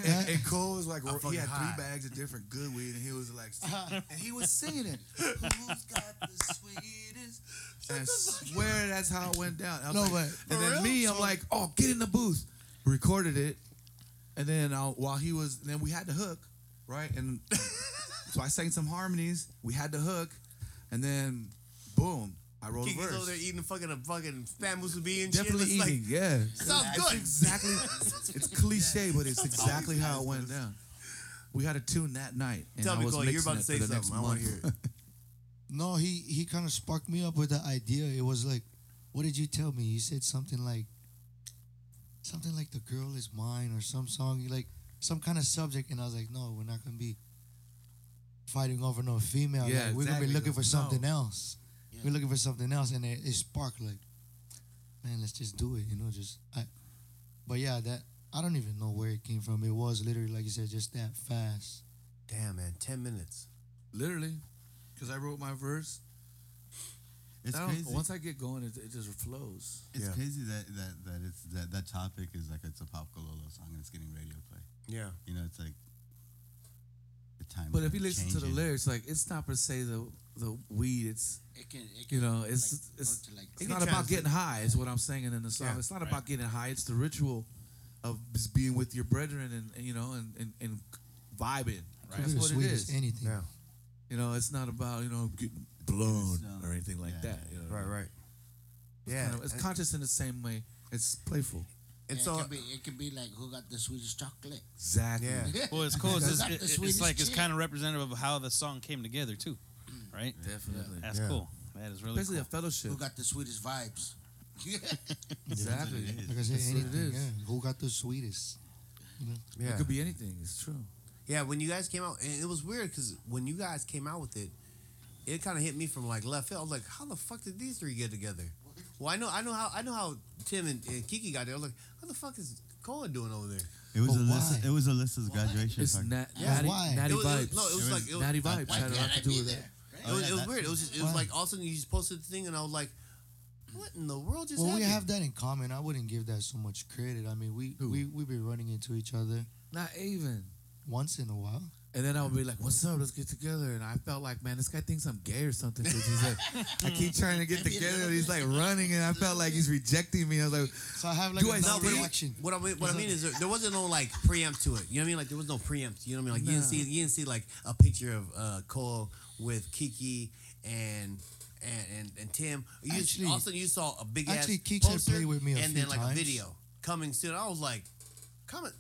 and, and Cole was like, he fucking had high. three bags of different good weed, and he was like, and he was singing it. Who's got the sweetest? And I swear that's how it went down. I'm No, like- but- and then real? me, I'm like, oh, get in the booth. Recorded it, and then uh, while he was, then we had the hook, right? And so I sang some harmonies. We had the hook, and then boom, I wrote a Kiki's over verse there eating fucking a fucking fat musubi and definitely shit. It's eating. yeah, Like, sounds good. exactly. it's cliche, but it's exactly how it went down. We had a tune that night. And Tell I me, was Cole, you're mixing about to say it for the next something. I want to month. hear it. No, he he kind of sparked me up with the idea. It was like, what did you tell me? You said something like, something like the girl is mine or some song like some kind of subject, and I was like, no, we're not gonna be fighting over no female. Yeah, like, we're gonna exactly. be looking for No. something else. Yeah. We're looking for something else, and it, it sparked like, man, let's just do it, you know, just I. But yeah, that I don't even know where it came from. It was literally like you said, just that fast. Damn, man, 10 minutes. Literally, because I wrote my verse. It's I don't- crazy. Once I get going, it, it just flows. It's Yeah. crazy that that that it's that that topic is like it's a pop Gololo song and it's getting radio play. Yeah. You know, it's like the time. But if you listen to the lyrics, lyrics, like it's not per se the the weed. It's It can, it you can, know, it's like, it's oh, go to, like, it's can not about translate. getting high. Is what I'm saying in the song. Yeah, it's not about getting high. It's the ritual of just being with your brethren and, and you know and and, and vibing. Right? Could That's be the what it sweetest is. anything. Yeah. You know, it's not about you know getting blown It's, um, or anything like yeah. that. You know? Right, right. Yeah. Kind of- it's and- conscious in the same way. It's playful. and yeah, so, it, can be, it can be like who got the sweetest chocolate. Exactly. yeah. Well, it's cool. It's, Is that it- the it's sweetest like it's chick? kind of representative of how the song came together too, Mm. right? Definitely. That's Yeah. cool. That is really Especially cool. a fellowship. Who got the sweetest vibes? Exactly. That's what it is. Like I said, That's what it anything. is. Yeah. Who got the sweetest? Yeah. It could be anything. It's true. Yeah, when you guys came out, and it was weird because when you guys came out with it, it kind of hit me from like left field. I was like, how the fuck did these three get together? Well, I know, I know how, I know how Tim and, and Kiki got there. I was like, how the fuck is Cohen doing over there? It was But Alyssa. why? It was Alyssa's graduation. It's party. nat- Yeah. natty, Why? natty It was, it was- vibes. no, it was like it was, natty vibes Why had a lot can't to I do be with it. there? It Oh, was, it was that- weird. It was, just, it was like all of a sudden you just posted the thing, and I was like, what in the world just Well, we happened? have that in common. I wouldn't give that so much credit. I mean, we Who? we we be running into each other Not even. once in a while. And then I would be like, "What's up? Let's get together." And I felt like, man, this guy thinks I'm gay or something. 'cause he's like, I keep trying to get together, and he's like running, and I felt like he's rejecting me. I was like, So I have like Do a I no stink? reaction. What I mean, what I mean is there, there wasn't no like preempt to it. You know what I mean? Like there was no preempt. You know what I mean? Like you didn't No. see you didn't see like a picture of uh, Cole with Kiki and. And, and, and Tim, you just- Actually- all of a sudden you saw a big actually, ass Keeks had poster played with me a and few then like times. a video coming soon. I was like, coming.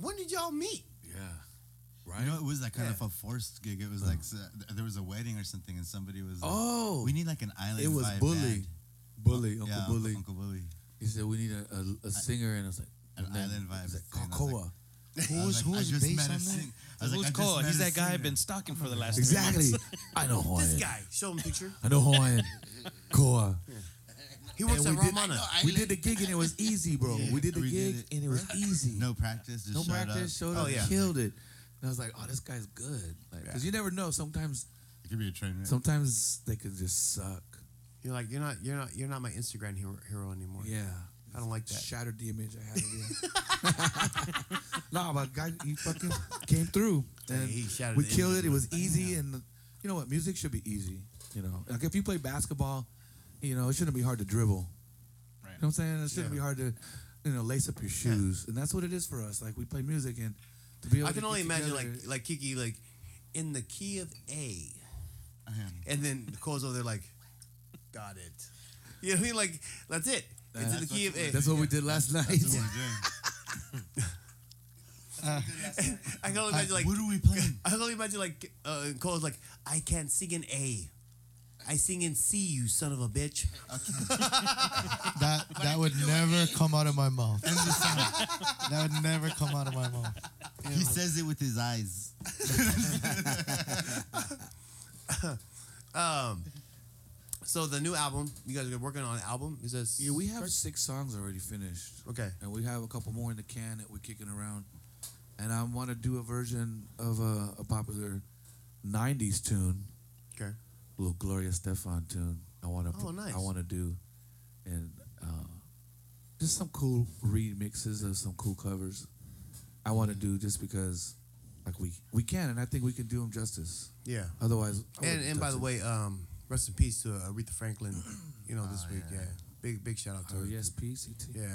When did y'all meet? "Yeah, You know, it was like kind Yeah. of a forced gig. It was like so, th- there was a wedding or something, and somebody was. Like, oh, we need like an island. It was vibe Bully. band." bully, Uncle yeah, Uncle- Bully." Uncle Bully. He said, "We need a, a, a singer," and I was like, An and then island he was vibe like, thing. I was "Koa." like- I was Who's like, I who's just met based a on that? sing- I was like, Who's I just Cole? met He's a that guy I've singer. been stalking for the last three exactly. months. I know Hawaiian. This guy, show him a picture. I know Hawaiian. Koa. He works And at we did- Romana. I We like- did the gig and it was easy, bro. we did the we gig did it. and it was easy. No practice. Just no showed practice. Up. Showed Oh, up, yeah. killed it. And I was like, "Oh, this guy's good." Like, because you never know. Sometimes, It could be a train wreck. sometimes they could just suck. You're like you're not you're not you're not my Instagram hero, hero anymore. Yeah. I don't like that. Shattered the image I had of him. nah, but guy, he fucking came through. Yeah, And he shattered we the killed image it. It of was easy, and the, you know what? Music should be easy. You know, like if you play basketball, you know it shouldn't be hard to dribble. Right. You know what I'm saying? It shouldn't Yeah. be hard to, you know, lace up your shoes, and that's what it is for us. Like we play music, and to be able I to can get only imagine like together- like Kiki like in the key of A. I am. And then Nicole's over there like, got it. You know what I mean? Like, that's it. It's in the key of A. that's what we did last night. That's what we're doing. I can only imagine like, what are we playing? I can only imagine like, uh, Nicole's like, I can't sing in A. I sing in C, you son of a bitch. That that would never come out of my mouth. that would never come out of my mouth. He says it with his eyes. Um, So the new album, you guys are working on an album. Is this? yeah, we have six songs already finished, Okay. and we have a couple more in the can that we're kicking around. and I want to do a version of a, a popular '90s tune, Okay. little Gloria Stefan tune. I want to. Oh, nice. I want to do, and uh, just some cool remixes of some cool covers. I want to do just because, like we we can, and I think we can do them justice. Yeah. Otherwise, I And wouldn't and by touch the it. way, um, rest in peace to Aretha Franklin. You know, this week, yeah. Big big shout out to oh her. yes, PCT. Yeah.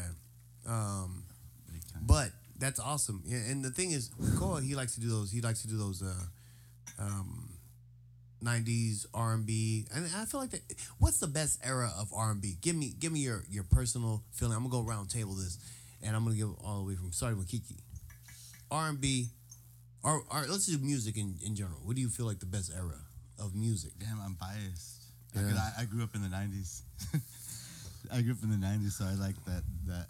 Um, Big time. but that's awesome. Yeah, and the thing is, Koa, he likes to do those. He likes to do those. Uh, um, 90s R&B and I feel like that what's the best era of R&B give me give me your your personal feeling I'm gonna go round table this and I'm gonna give it all the way from starting with Kiki R&B or, or let's do music in, in general what do you feel like the best era of music Damn, I'm biased. Yeah. Because I, I grew up in the '90s. I grew up in the '90s, so I like that. That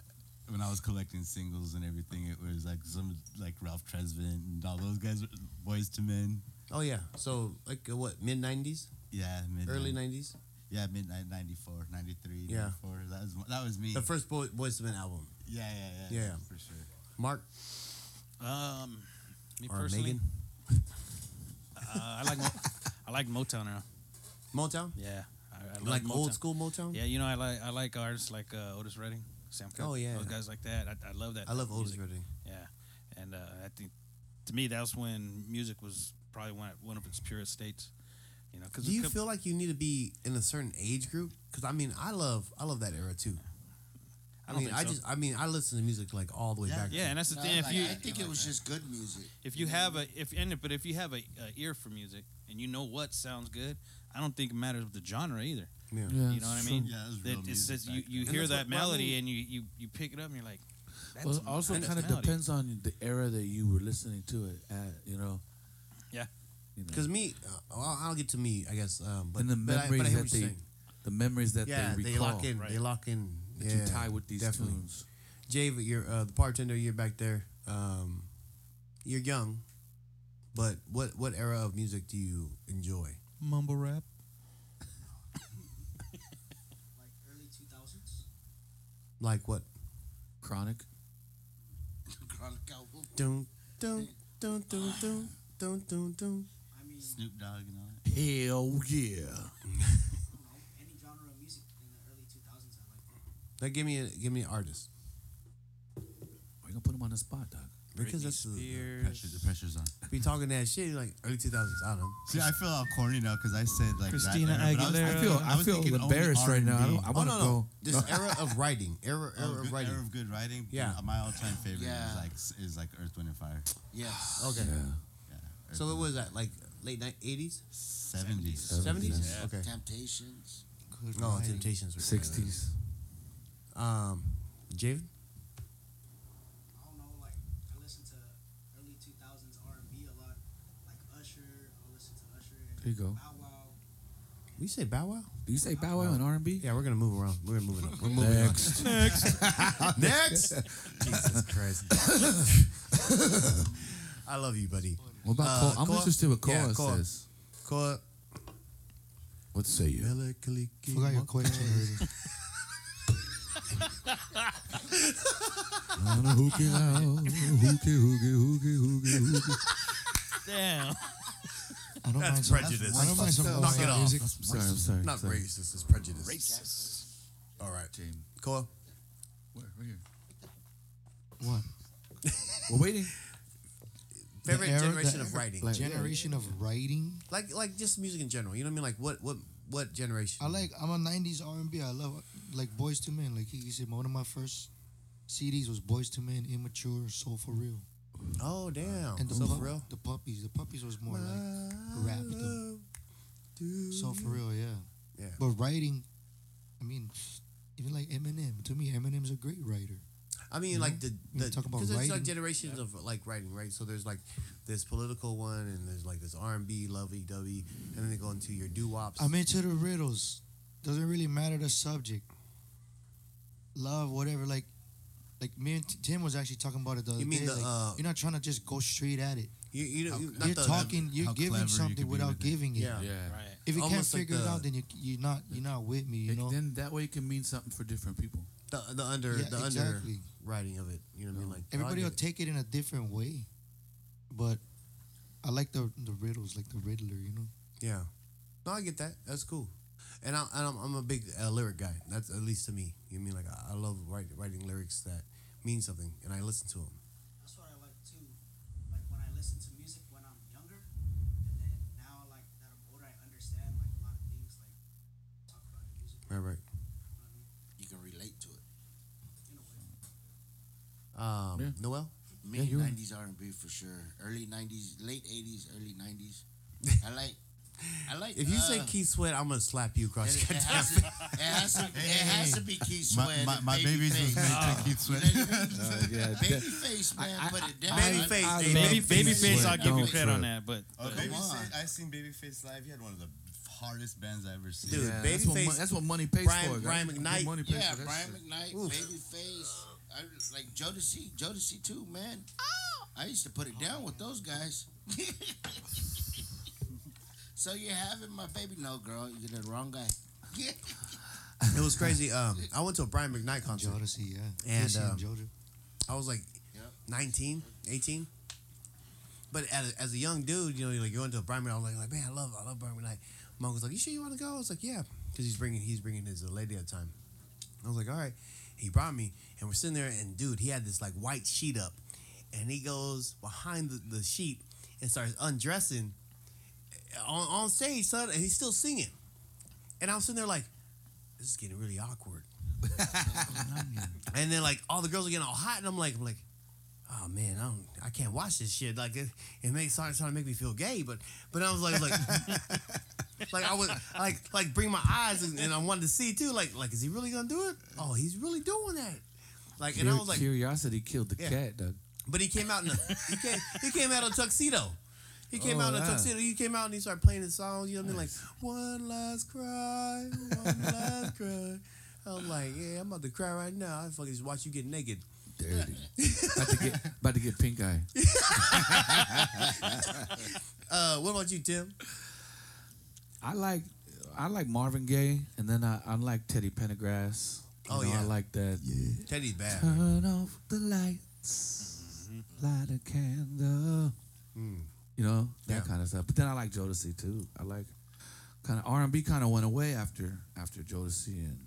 when I was collecting singles and everything, it was like some like Ralph Tresvant and all those guys, Boys to Men. oh yeah so like uh, what mid 90s Yeah, mid early 90s Yeah, midnight '94, '93, Yeah. '94. That was that was me. the first Boy, Boyz II Men album yeah, yeah, yeah, Yeah. for sure. Mark Um, me Or personally, Megan? uh, I like Mo- I like Motown now. Motown Yeah, I, I love like Motown. old school Motown Yeah, you know I like I like artists like uh, Otis Redding, Sam Cooke, Oh, yeah. those guys like that. I, I love that. I love Otis music. Redding Yeah, and uh, I think to me that was when music was probably one one of its purest states. You know, because Do you feel like you need to be in a certain age group? Because I mean, I love I love that era too. I, I don't mean, think I so. just I mean, I listen to music like all the way Yeah, back. yeah, and that's the thing. If like, you I think it was just good music. if you have a if and but if you have a, a ear for music and you know what sounds good, I don't think it matters the genre either. yeah. Yeah, you know what I so- mean? Yeah, it was That- real it's music just- back you, you then. hear And that's that what- well, I melody mean- and you, you you pick it up and you're like, that's Well, it also that's kind of melody. depends on the era that you were listening to it at, you know. Yeah. You know, Because me, uh, I'll, I'll get to me, I guess. Um, but and the but I- but I memories hear that what they, you're saying. the memories that yeah, they they, recall lock in, right. they lock in. that yeah, you tie with these definitely. tunes. Jay, but you're uh, the bartender. You're back there. Um, you're young, but what what era of music do you enjoy? mumble rap. Like early 2000s? Like what? Chronic. Chronic album. Dun dun dun dun dun dun dun dun. I mean, Snoop Dogg and all that. Hell yeah! you know, any genre of music in the early 2000s, I like. Now give me a, give me an artist. We're gonna put him on the spot, dog. Because Britney that's the- Pressure, the Spears, pressure's on. be talking that shit like early 2000s. I don't know. See, I feel all corny now because I said like Christina that era, but was- Aguilera. I feel was I, feel thinking only embarrassed right now. I, don't, I R&B. Oh want to no, no, go. this era of writing, era Oh, era good- of writing. Era of good writing. Yeah. Uh, My all-time favorite Yeah. is like s- is like Earth, Wind and Fire. Yes. Okay, Yeah. so what was that like late night 80s, seventies. 70s? Okay. Temptations. Good No, writing. Temptations. was- Sixties. Um, Javen. I don't know, like I listen to early two thousands R and B a lot, like Usher. I listen to Usher There and you go. Bow Wow. We say Bow Wow. Do you say Bow Wow and R and B? Uh, Yeah, we're gonna move around. We're moving. Up. We're moving. Next. On. Next. Jesus Christ. I love you, buddy. What about Uh, Cole? I'm Cole? interested what Cole Yeah, Cole. says. Caught. What say you? Forgot your question already. On a hooky now, hooky, hooky, hooky, hooky, hooky. damn. I don't mind That's some, prejudice. I don't mind some Knock it Mozart off. music. I'm sorry, I'm sorry. Not sorry. racist. It's prejudice. Racist. All right, James. Cole. Where? Right here. What? We're waiting. The Favorite era- the generation of era- writing. Like- Generation of writing. like like just music in general. You know what I mean? Like what what what generation? I like. I'm a '90s R&B. I love like Boys to Men. Like he, he said, one of my first CDs was Boys to Men, Immature, Soul for Real, oh damn, and the so pup- for real. the puppies. The puppies was uh, more like rap though. So for real, yeah. Yeah. But writing, I mean, even like Eminem. To me, Eminem's a great writer. I mean, You like the know? You the talk about because there's like writing. generations of like writing, right? So there's like this political one, and there's like this R and B lovey dovey, and then they go into your doo wops. I'm into the riddles. Doesn't really matter the subject. Love, whatever. Like, like me and T- Tim was actually talking about it the other You mean day. the, like, uh, you're not trying to just go straight at it. you you know How- you- how not you're the, talking. how You're clever giving you something could be without with it. giving it. Yeah. Right. If you can't Almost like figure the- it out, then you you're not you're not with me. You It- know. Then that way it can mean something for different people. the the under Yeah, the exactly. under writing of it. You know what I mean? Like oh, I Everybody get will it. take it in a different way. But I like the the riddles, like the Riddler, you know. Yeah. No, I get that. That's cool. And, I, and I'm, I'm a big uh, lyric guy. That's at least to me. You mean like I, I love write, writing lyrics that mean something, and I listen to them. That's what I like too. Like when I listen to music when I'm younger, and then now like that I'm older, I understand like a lot of things like talk about the music. Right, right. You know what I mean? You can relate to it. In a way. Um, Noel, Mid nineties R and B for sure. Early nineties, late eighties, early nineties. I like I like if you uh, say Keith Sweat, I'm gonna slap you across. It, your it, has to, it, has to, it has to be Keith My- Sweat. my- and my baby's was Babyface. made to Keith You know Sweat. what I mean? Uh, yeah, de- Babyface, man, put it down. Babyface, I- I love Baby- Baby, Keith Babyface, Sweat. I'll give you Don't credit on trip. that, but Oh, Come on. Babyface, I seen Babyface live. He had one of the hardest bands I ever seen. Dude, Yeah, that's, what Babyface- mon- that's what money pays Brian- for. guys. Brian That's McKnight. what Money pays Yeah, for that Brian shit. McKnight, Babyface. I was like Jodeci, Jodeci too, man. I used to put it down with those guys. so you're having my baby? No, girl, you're the wrong guy. it was crazy. Um, I went to a Brian McKnight concert. Jodeci, yeah. And, Jodeci um, Jojo. I was like Yep. 19, 18. But as, as a young dude, you know, you're like going to a Brian McKnight, I was like, like, man, I love, I love Brian McKnight. Mom was like, you sure you want to go? I was like, yeah, because he's bringing, he's bringing his uh, lady at the time. I was like, all right. He brought me, and we're sitting there, and dude, he had this like white sheet up, and he goes behind the, the sheet and starts undressing on, on stage, son, and he's still singing. And I was sitting there like, this is getting really awkward. and then like all the girls are getting all hot, and I'm like, I'm like, oh man, I don't, I can't watch this shit. Like it, it makes started trying to make me feel gay, but but I was like like. Like I was like like bring my eyes and, and I wanted to see too like like is he really gonna do it? Oh, he's really doing that. Like and I Cur- was like, curiosity killed the Yeah. cat, dog. but he came out in a, he came he came out in a tuxedo. He came Oh, out in a wow. tuxedo. He came out and he started playing his songs. You know what I mean? Like one last cry, one last cry. I'm like, yeah, I'm about to cry right now. I fucking just watch you get naked. Dirty. about, to get, about to get pink eye. Uh, what about you, Tim? I like I like Marvin Gaye, and then I, I like Teddy Pendergrass. You Oh, know, yeah. I like that. Teddy's bad. man. Turn off the lights, light a candle. Mm. You know that Yeah. kind of stuff. But then I like Jodeci too. I like kind of R and B kind of went away after after Jodeci and,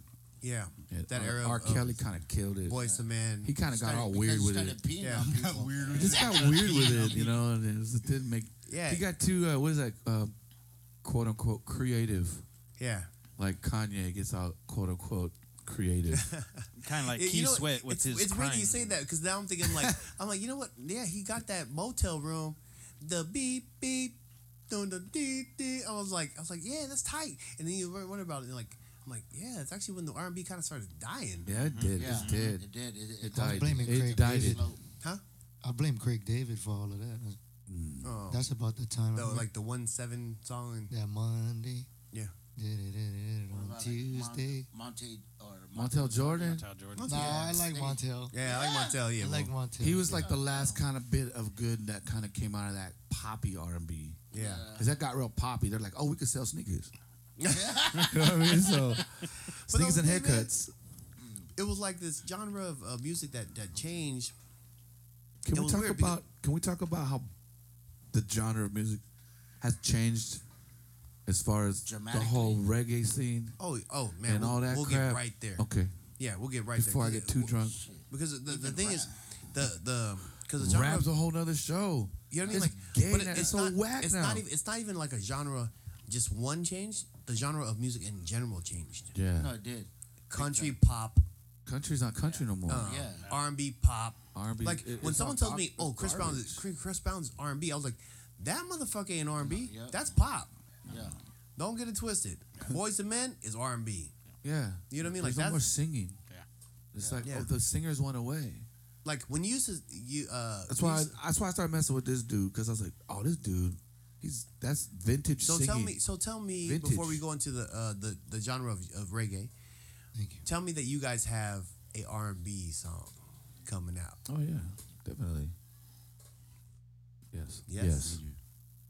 Yeah, and that R- era. uh, R. of Kelly kind of killed it. Boys to Man. He kind of got Started- all because weird he with it. started Peeing Yeah. on Got people. weird He with just it. got weird with it, you know. And it, was, it didn't make. Yeah. He got too. Uh, what is that? Uh, quote unquote creative. Yeah, Like Kanye gets out quote unquote creative. kind of like It- Keith Sweat with it's, his It's weird crying. you say that because now I'm thinking like I'm like you know what? Yeah, he got that motel room, the beep beep, dun, dun, dee, dee. I was like I was like yeah, that's tight. And then you wonder about it and like I'm like yeah, it's actually when the R and B kind of started dying. yeah, it did. Yeah, It did. It did. It, It it, died. blaming It Craig died. David. It. slow. I blame Craig David for all of that. Oh, That's about the time. I the, remember like the one seven song. And, that Monday. Yeah. Did it, did it, did it What on about, like, Tuesday. Mon- Monte or Montel Jordan. Montel Jordan. No, I like Tuesday. Montel. yeah, I like Montel. Yeah, I like well, Montel. He was like the last kind of bit of good that kind of came out of that poppy R and B. yeah. Cause that got real poppy. They're like, oh, we could sell sneakers. you know what I mean? So sneakers those and big men- haircuts. It was like this genre of, of music that that changed. Can It we was talk weird because- about? Can we talk about how the genre of music has changed as far as the Dramatically. whole reggae scene Oh, oh man, and we'll, all that we'll crap? get right there. Okay, Yeah, we'll get right before I there. get too drunk, Because the, the thing is, the the because the genre rap's a whole nother show. You know what I mean? It's like, gay but it- now. it's, It's so not, whack it's now. not even. It's not even like a genre. Just one changed. The genre of music in general changed. Yeah, No, it did. Country pop, country's not country Oh, no more. uh, Yeah. R and B pop. R&B, Like it- when it's someone all tells pop, me, it's "Oh, Chris Brown, is, garbage. Chris- Chris Brown's R and B," I was like, "That motherfucker ain't R and B. Yeah. That's pop. Yeah. Don't get it twisted. Boys and Men is R and B. Yeah, You know what I mean? Like There's no more that's singing. Yeah. It's like Yeah. oh, the singers went away. like when you used to you. Uh, That's you why. used- I, that's why I started messing with this dude because I was like, oh, this dude, he's that's vintage so singing. tell me. So tell me Vintage. before we go into the uh, the the genre of, of reggae. Thank you. Tell me that you guys have a R and B song coming out. Oh yeah, definitely. Yes. Yes.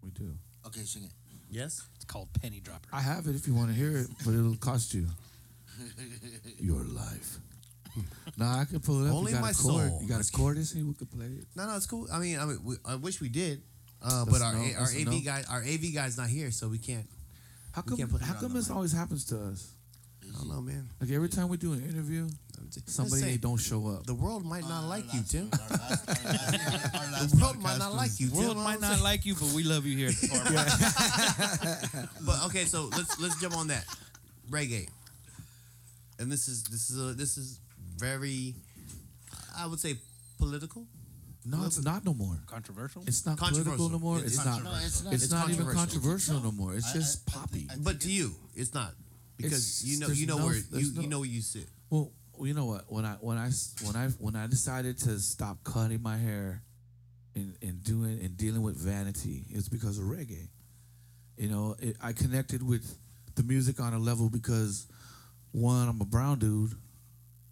We do. Okay, sing it. Yes. It's called Penny Dropper. I have it if you want to hear it, but it'll cost you your life. Nah, I could pull it up. Only you got my a chord. soul. You got a chord? See, we could play it. No, no, it's cool. I mean, I mean, we, I wish we did, uh, That's but our no- A- our that's a AV no. guy, our AV guy's not here, so we can't. How We come? can't put it How on come the this mic. always happens to us? I don't know, man. Like every time we do an interview, somebody Let's say, don't show up. The world might not like you, Tim. Our last, our last, our last The world might podcast not was- like you. The Tim. world might not like you, but we love you here. at the Bar Rock. But okay, so let's let's jump on that reggae. And this is this is a, this is very, I would say, political. No, it's not no more. Controversial. It's not political Controversial. no more. It- It's, it's not. No, it's not. It's, It's not even controversial. controversial no more. It's I- just I- I poppy. think- I But to you, it's not because It's- you know there's you know no- where there's you, no- you know where you sit. Well, you know what? When I when I s- when I when I decided to stop cutting my hair and and doing and dealing with vanity, it's because of reggae. You know, it, I connected with the music on a level because one, I'm a brown dude,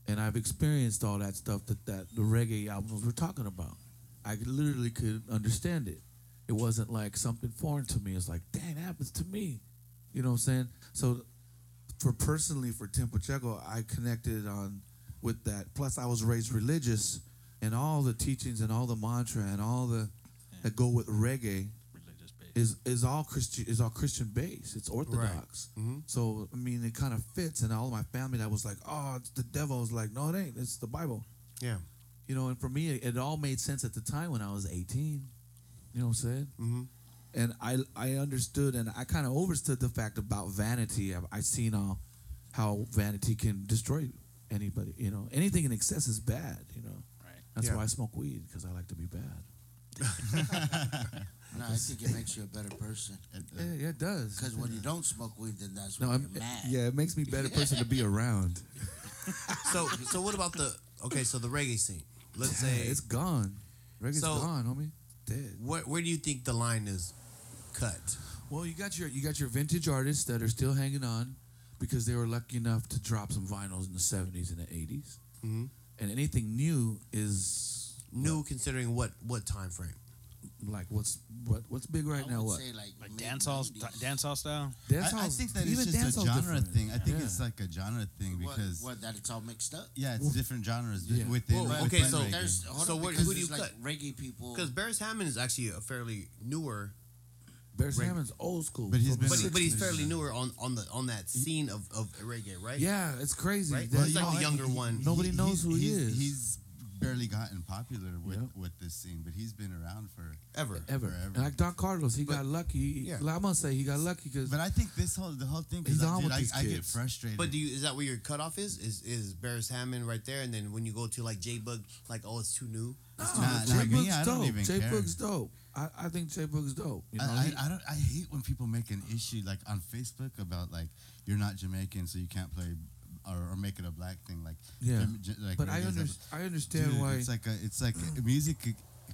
and I've experienced all that stuff that that the reggae albums were talking about. I could- literally could understand it. It wasn't like something foreign to me. It's like, dang, that happens to me. You know what I'm saying? So for personally for Tim Pacheco, I connected on with that. Plus, I was raised religious, and all the teachings and all the mantra and all the that go with reggae religious based. is is all Christian is all Christian based. It's orthodox. So I mean, it kind of fits. And all my family that was like, "Oh, it's the devil." I was like, "No, it ain't. It's the Bible." Yeah. You know, and for me, it, it all made sense at the time when I was 18. You know what I'm saying? Mm-hmm. And I I understood and I kind of overstood the fact about vanity. I've, I've seen how, how vanity can destroy anybody. You know, anything in excess is bad. You know, Right. that's Yeah. why I smoke weed because I like to be bad. No, I think it makes you a better person. Yeah, yeah it does. Because when you don't smoke weed, then that's when no, I'm, you're mad. yeah, it makes me a better person to be around. So so what about the okay? So the reggae scene. Let's Hey, say it's gone. Reggae's So- gone, homie. Dead. where where do you think the line is cut? Well, you got your you got your vintage artists that are still hanging on because they were lucky enough to drop some vinyls in the seventies and the 80s And anything new is New considering what what time frame? like what's what what's big right I now. would What say like, Like mid- dancehall, 90s. dancehall style. dance I, I think that it's just a genre thing. I think it's like a genre thing What, because what, that it's all mixed up? yeah, it's different genres yeah. within. Well, within okay, so- reggae. there's hold So on, where- because who do there's, you like reggae people? Because Barris Hammond is actually a fairly newer, Bear Right. Salmon's old school, But he's from been- but, the he- but he's 60s. fairly newer on on the on that scene of of reggae, right? Yeah, it's crazy. Right? That- He's like y'all- the younger one. Nobody He- he's- knows who he he's- is. He's barely gotten popular with Yep. with this scene, but he's been around for. ever. ever. forever. And like Don Carlos, he got lucky. yeah. I'm gonna say he got lucky because But I think this whole the whole thing. 'cause He's I, on dude, with I, these I get kids. frustrated. But do you is that where your cutoff is? Is is Barris Hammond right there? And then when you go to like J Bug, like oh it's too new. Nah, nah, Jay me, Book's I don't dope. even Jay care. Book's dope. I, I think Jay Book's dope. You know, I, he- I, I don't. I hate when people make an issue like on Facebook about like you're not Jamaican, so you can't play or, or make it a black thing. Like Yeah. Jam- J- like but I, reggae's under, like- I understand Dude, why It's like a. It's like music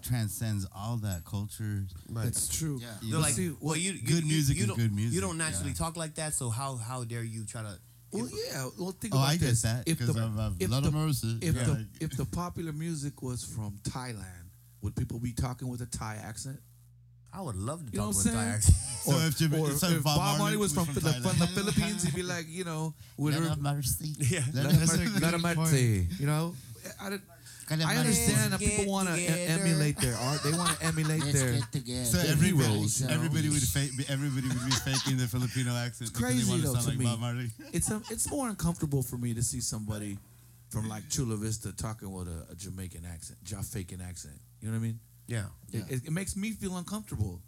transcends all that culture. it's true. Yeah. You They're know? like, see, well, what- you, you good you- music you is don't, good music, You don't naturally yeah. talk like that, so how how dare you try to? Well, yeah. Well, think Oh, about I get this. that If because the- of, of if Lord the- of Mercy. if yeah. the if the popular music was from Thailand, would people be talking with a Thai accent? I would love to You know talk what with I'm Thai saying? accent. So if Jama- so if Bob Marley was was from, from the, from the Thailand. Philippines, he'd be like, you know, with Lord her, of Mercy. Yeah. Lord Lord of of Mercy. Mer- Lord of Mercy, you know. I, Lord did, of I Mercy. understand that Get people want to together. emulate their art. They want to emulate Let's their. get together. So everybody, Heroes, you know? everybody would fake, everybody would be faking the Filipino accent. It's because crazy, they want though, sound to like me. Bob Marley. It's um it's more uncomfortable for me to see somebody from like Chula Vista talking with a, a Jamaican accent, Jamaican accent. You know what I mean? Yeah. It, it, it makes me feel uncomfortable,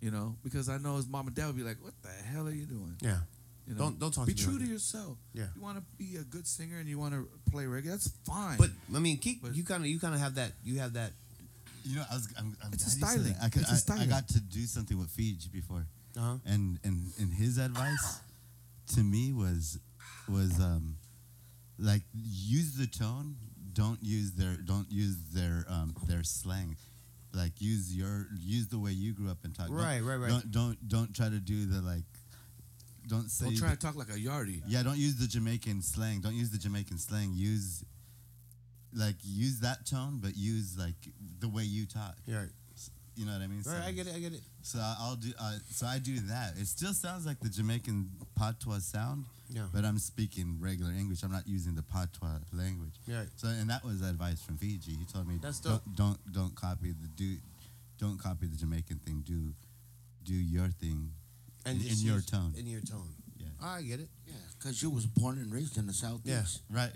you know, because I know his mom and dad would be like, "What the hell are you doing?" Yeah. You know? Don't- don't talk Be to me true like to that. yourself. Yeah. You want to be a good singer and you want to play reggae. That's fine. But I mean, Keek, But- you kind of you kind of have that you have that. You know, I was. I'm, I'm It's a glad you said styling. that. I, could, It's I- a I, styling. got to do something with Fiji before, Uh-huh. and and and his advice to me was was um like use the tone. Don't use their don't use their um their slang. Like use your use the way you grew up and talk. Don't- Right, right, right. Don't don't don't try to do the like. Don't say. don't try the- to talk like a yardie. Yeah, don't use the Jamaican slang. Don't use the Jamaican slang. Use like use that tone, but use like the way you talk. Yeah. You know what I mean? All right, I get it. I get it. So I- I'll do. Uh, so I do that. It still sounds like the Jamaican patois sound, Yeah. but I'm speaking regular English. I'm not using the patois language. Yeah. So and that was advice from Fiji. He told me That's dope. don't, don't don't copy the do, don't copy the Jamaican thing. Do do your thing in, in just your use- tone. In your tone. Yeah. I get it. Yeah, because you was born and raised in the southeast. Right,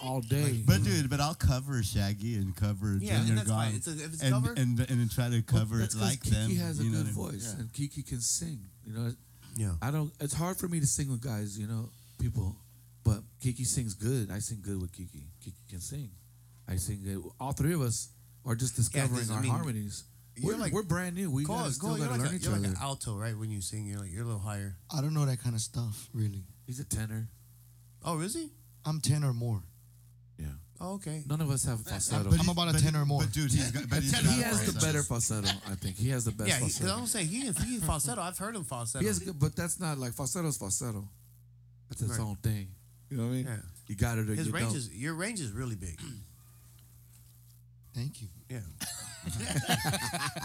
all day. but dude, but I'll cover Shaggy and cover Yeah, and Junior that's Gong fine. It's a, if it's and, covered, and and then try to cover That's it 'cause like Kiki them. has a you know good what I mean? voice, and Kiki can sing. You know, yeah. I don't. It's hard for me to sing with guys, you know, people. But Kiki sings good. I sing good with Kiki. Kiki can sing. I sing good. All three of us are just discovering 'cause, I our mean, harmonies. you're We're, like- we're brand new. We Call gotta, it, still call got you're to like, learn a, each you're other. like an alto, right? When you sing, you're like you're a little higher. I don't know that kind of stuff really. He's a tenor. Oh, is he? I'm ten or more. Yeah. Oh, okay. None of us have falsetto. But I'm he- about a but 10 he- or more. But dude, he's got, but he's he got has the falsettos. better falsetto. I think he has the best Yeah, because I falsetto. don't say he is. He is falsetto. I've heard him falsetto. He has good, but that's not like falsetto's falsetto. That's its Right. own thing. You know what I mean? Yeah. You got it or His you range don't. is your range is really big. Thank you. Yeah.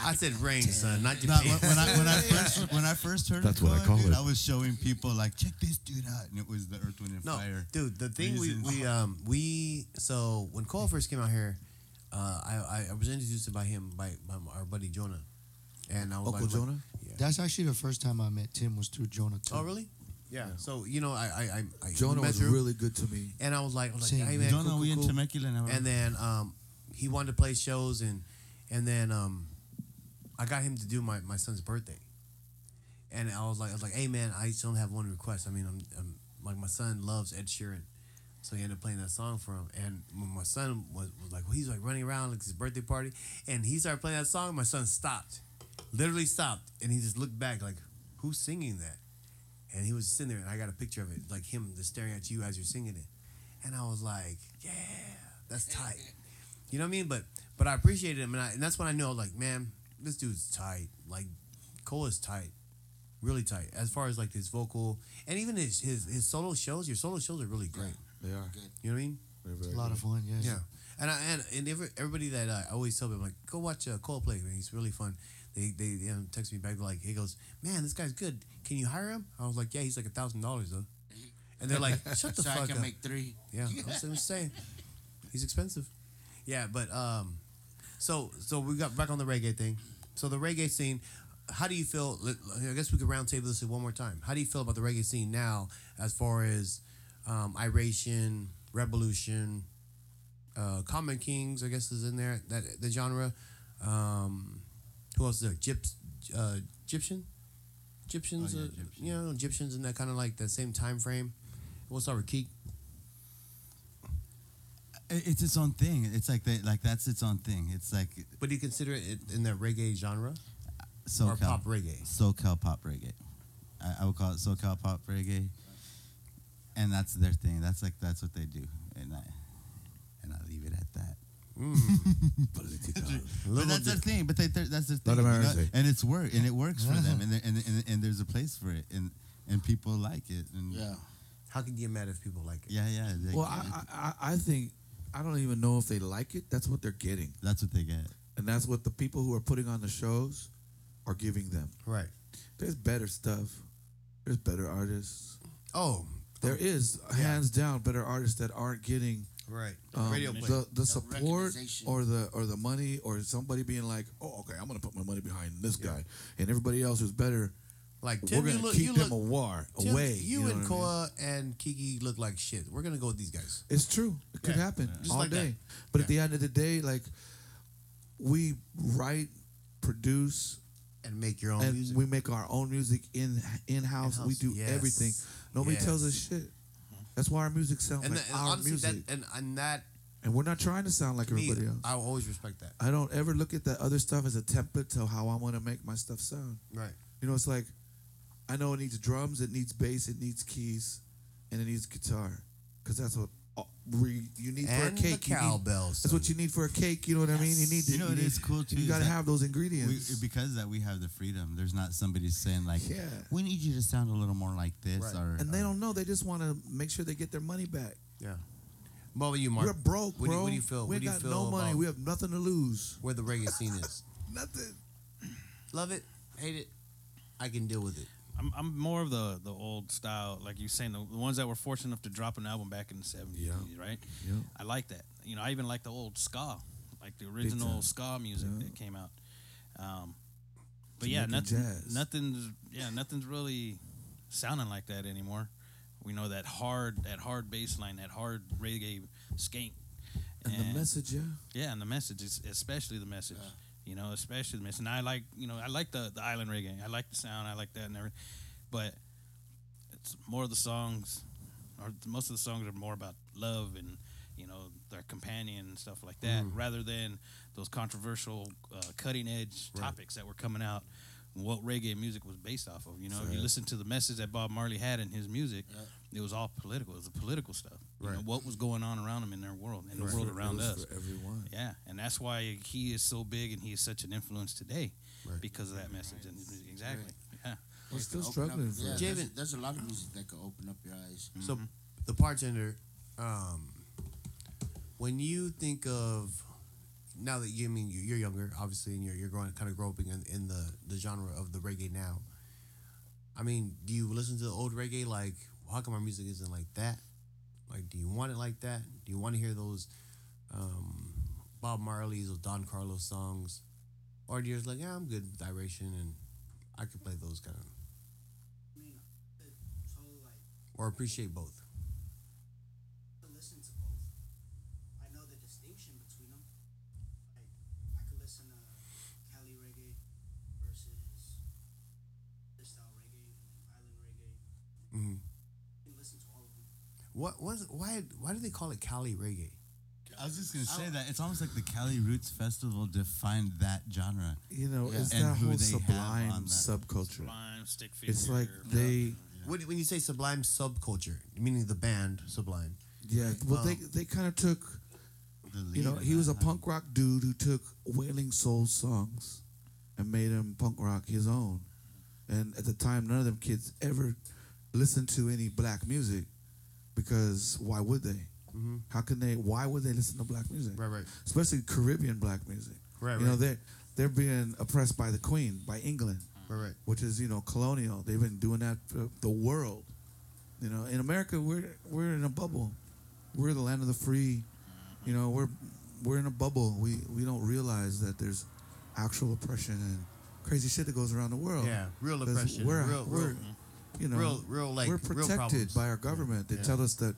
I said range, son, not your No, pain. when, when I when I first when I first heard That's it, what I going, call dude, it. I was showing people like check this dude out, and it was the Earth Wind and No, Fire. dude. The thing we, reasons. we um we so when Cole first came out here, uh, I I- I was introduced by him by, by our buddy Jonah, and I was Uncle like, like, Jonah? Yeah. That's actually the first time I met Tim was through Jonah. too. Oh really? Yeah. So you know I I I, I Jonah met was through, really good to me. and I was like I was like Same. hey man Don't cool, know we cool, in cool. Temecula now. and then um he wanted to play shows and and then um I got him to do my my son's birthday, and I was like I was like hey man I still have one request I mean I'm, I'm like my son loves Ed Sheeran. So he ended up playing that song for him, and when my son was, was like, he's like running around like his birthday party, and he started playing that song. My son stopped, literally stopped, and he just looked back like, who's singing that? And he was sitting there, and I got a picture of it, like him just staring at you as you're singing it, and I was like, yeah, that's tight. You know what I mean? But but I appreciated him, and, I, and that's when I knew I was like, man, this dude's tight. Like, Cole is tight, really tight. As far as like his vocal and even his his, his solo shows, your solo shows are really great. They are. You know what I mean? It's a lot of fun. Yes. Yeah. And I, and and every, everybody that I always tell them like go watch uh, Coldplay, man, he's really fun. They they, they um, text me back like he goes, man, this guy's good. Can you hire him? I was like, yeah, he's like a thousand dollars though. And they're like, shut the So I fuck can up. make three. Yeah, I'm s- I'm saying he's expensive. Yeah, but um, so so we got back on the reggae thing. So the reggae scene. How do you feel? let- I guess we could roundtable this one more time. How do you feel about the reggae scene now, as far as um, iration, revolution, uh, common kings? I guess is in there that the genre. Um, who else is there? Gyps, uh, Egyptian, Egyptians, Oh, yeah, uh, Egyptian. you know, Egyptians in that kind of like that same time frame. We'll start with Keek. It- it's its own thing. It's like they like that's its own thing. It's like But do you consider it in the reggae genre or SoCal pop reggae? SoCal pop reggae. I, I would call it SoCal pop reggae, and that's their thing. That's like that's what they do, and I and I leave it at that. Mm. But that's their thing. But they, they're- that's their thing. Let 'em you earn know? it. and it's work, and it works for them, and, they- and and and there's a place for it, and and people like it, and Yeah. How can you get mad if people like it? yeah, yeah. they- Well, I, I, I I think I don't even know if they like it. That's what they're getting, that's what they get. and that's what the people who are putting on the shows are giving them. Right. There's better stuff. There's better artists. Oh, There is hands down better artists that aren't getting right. um, Radio play. the, the support recognition. or the or the money or somebody being like, oh, okay, I'm gonna put my money behind this guy and everybody else who's better. like We're Tim, gonna you look, keep you them look, awar, Tim, away. You, know and what I mean? Koa and Kiki look like shit. We're gonna go with these guys. It's true. It could Yeah. happen Just all like that. day. But at the end of the day, like we write, produce, And make your own and music. we make our own music in in house. We In-house, do everything. yes. Nobody Yes. Mm-hmm. tells us shit. That's why our music sounds and like the- and our honestly, music, that and, and that and we're not trying to sound like to me, everybody else. I will always respect that. I don't ever look at that other stuff as a template to how I want to make my stuff sound. Right. You know, it's like I know it needs drums, it needs bass, it needs keys, and it needs guitar, because that's what all- we, you need for a And the cake. You need- cowbells. that's what you need for a cake. You know what I mean? You need. To, You know, it need- is cool, too, You is gotta that have those We, ingredients. because that we have the freedom. There's not somebody saying like, Yeah. we need you to sound a little more like this, Right. or and they or- don't know. They just want to make sure they get their money back. Yeah. What about you, Mark? We're broke, What do bro. you, what do you feel? We what do you got feel no money. about We have nothing to lose. where the reggae scene is? Nothing. Love it, hate it, I can deal with it. I'm, I'm more of the the old style, like you saying, the, the ones that were fortunate enough to drop an album back in the 70s, right? Yeah. I like that. You know, I even like the old ska, like the time. original ska music Yeah. that came out. Um, but yeah, Jamaican nothing, jazz. nothing's yeah, nothing's really sounding like that anymore. We know that hard, that hard bass line, that hard reggae skank, And, the message, yeah. yeah, and the message, is especially the message. You know, especially the message. And I like, you know, I like the, the island reggae. I like the sound. I like that and everything. But it's more of the songs, or most of the songs are more about love and, you know, their companion and stuff like that, Mm-hmm. rather than those controversial, uh, cutting edge topics that were coming out. and What reggae music was based off of, you know, if you Right. listen to the message that Bob Marley had in his music, it was all political. It was the political stuff. You know, Right. what was going on around them in their world, in It the was world for- it around was us. For everyone. Yeah, and that's why he is so big and he is such an influence today Right. because of that message. And exactly, yeah. We're still Open up- struggling. Yeah, For there's, Javen- there's a lot of music that could open up your eyes. So the bartender, um, when you think of now that you I mean you- you're younger, obviously, and you're you're growing kind of growing up in, in the the genre of the reggae now. I mean, do you listen to the old reggae? Like, how come our music isn't like that? Like, do you want it like that? Do you want to hear those um, Bob Marley's or Don Carlos songs? Or do you just like, yeah, I'm good with direction and I could play those kind of, I mean, the whole like or appreciate both. could listen to both. I know the distinction between them. Like, I could listen to Cali reggae versus freestyle reggae and island reggae. Mm-hmm. You can listen to all of them. What was why why do they call it Cali reggae? I was just gonna say that it's almost like the Cali Roots Festival defined that genre. You know, it's And that who whole they have sublime on that. subculture. Sublime, stick figure. It's like they, What, when you say Sublime subculture, meaning the band Sublime, yeah. Well, they they kind of took. The lead You know, of he that. was a punk rock dude who took wailing soul songs, and made them punk rock his own. And at the time, none of them kids ever listened to any black music, because why would they? How can they? Why would they listen to black music? Right, right. Especially Caribbean black music. Right, You know, right. they're they're being oppressed by the Queen, by England. right? Right. which is you know colonial. They've been doing that for the world. You know, in America, we're we're in a bubble. We're the land of the free. You know, we're we're in a bubble. We we don't realize that there's actual oppression and crazy shit that goes around the world. Yeah, real 'Cause oppression, We're, real- we're real- you know real- real, like, we're real protected problems. by our government. They Yeah. tell us that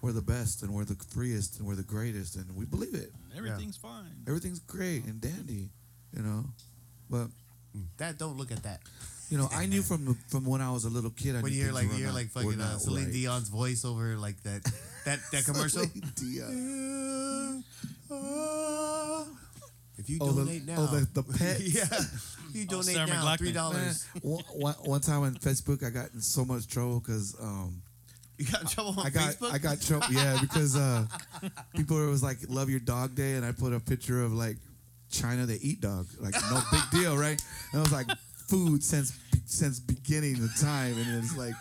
we're the best and we're the freest and we're the greatest and we believe it. everything's fine. Everything's great and dandy, you know. But Mm. That don't look at that. you know, I knew from from when I was a little kid. I When knew you're things like were you're not- like were fucking uh, not Celine right. Dion's voice over like that that that commercial. Celine Dion. if you Oh, the- donate now, oh, the- the pets. yeah, you donate Sarah now McLachlan. three dollars. one, one- one time on Facebook, I got in so much trouble because um, You got in trouble on I got Facebook. I got trouble. Yeah, because uh, people were- it was like "Love Your Dog Day," and I put a picture of like China they eat dog, like no big deal, right? And I was like, food since since beginning of time, and it's like.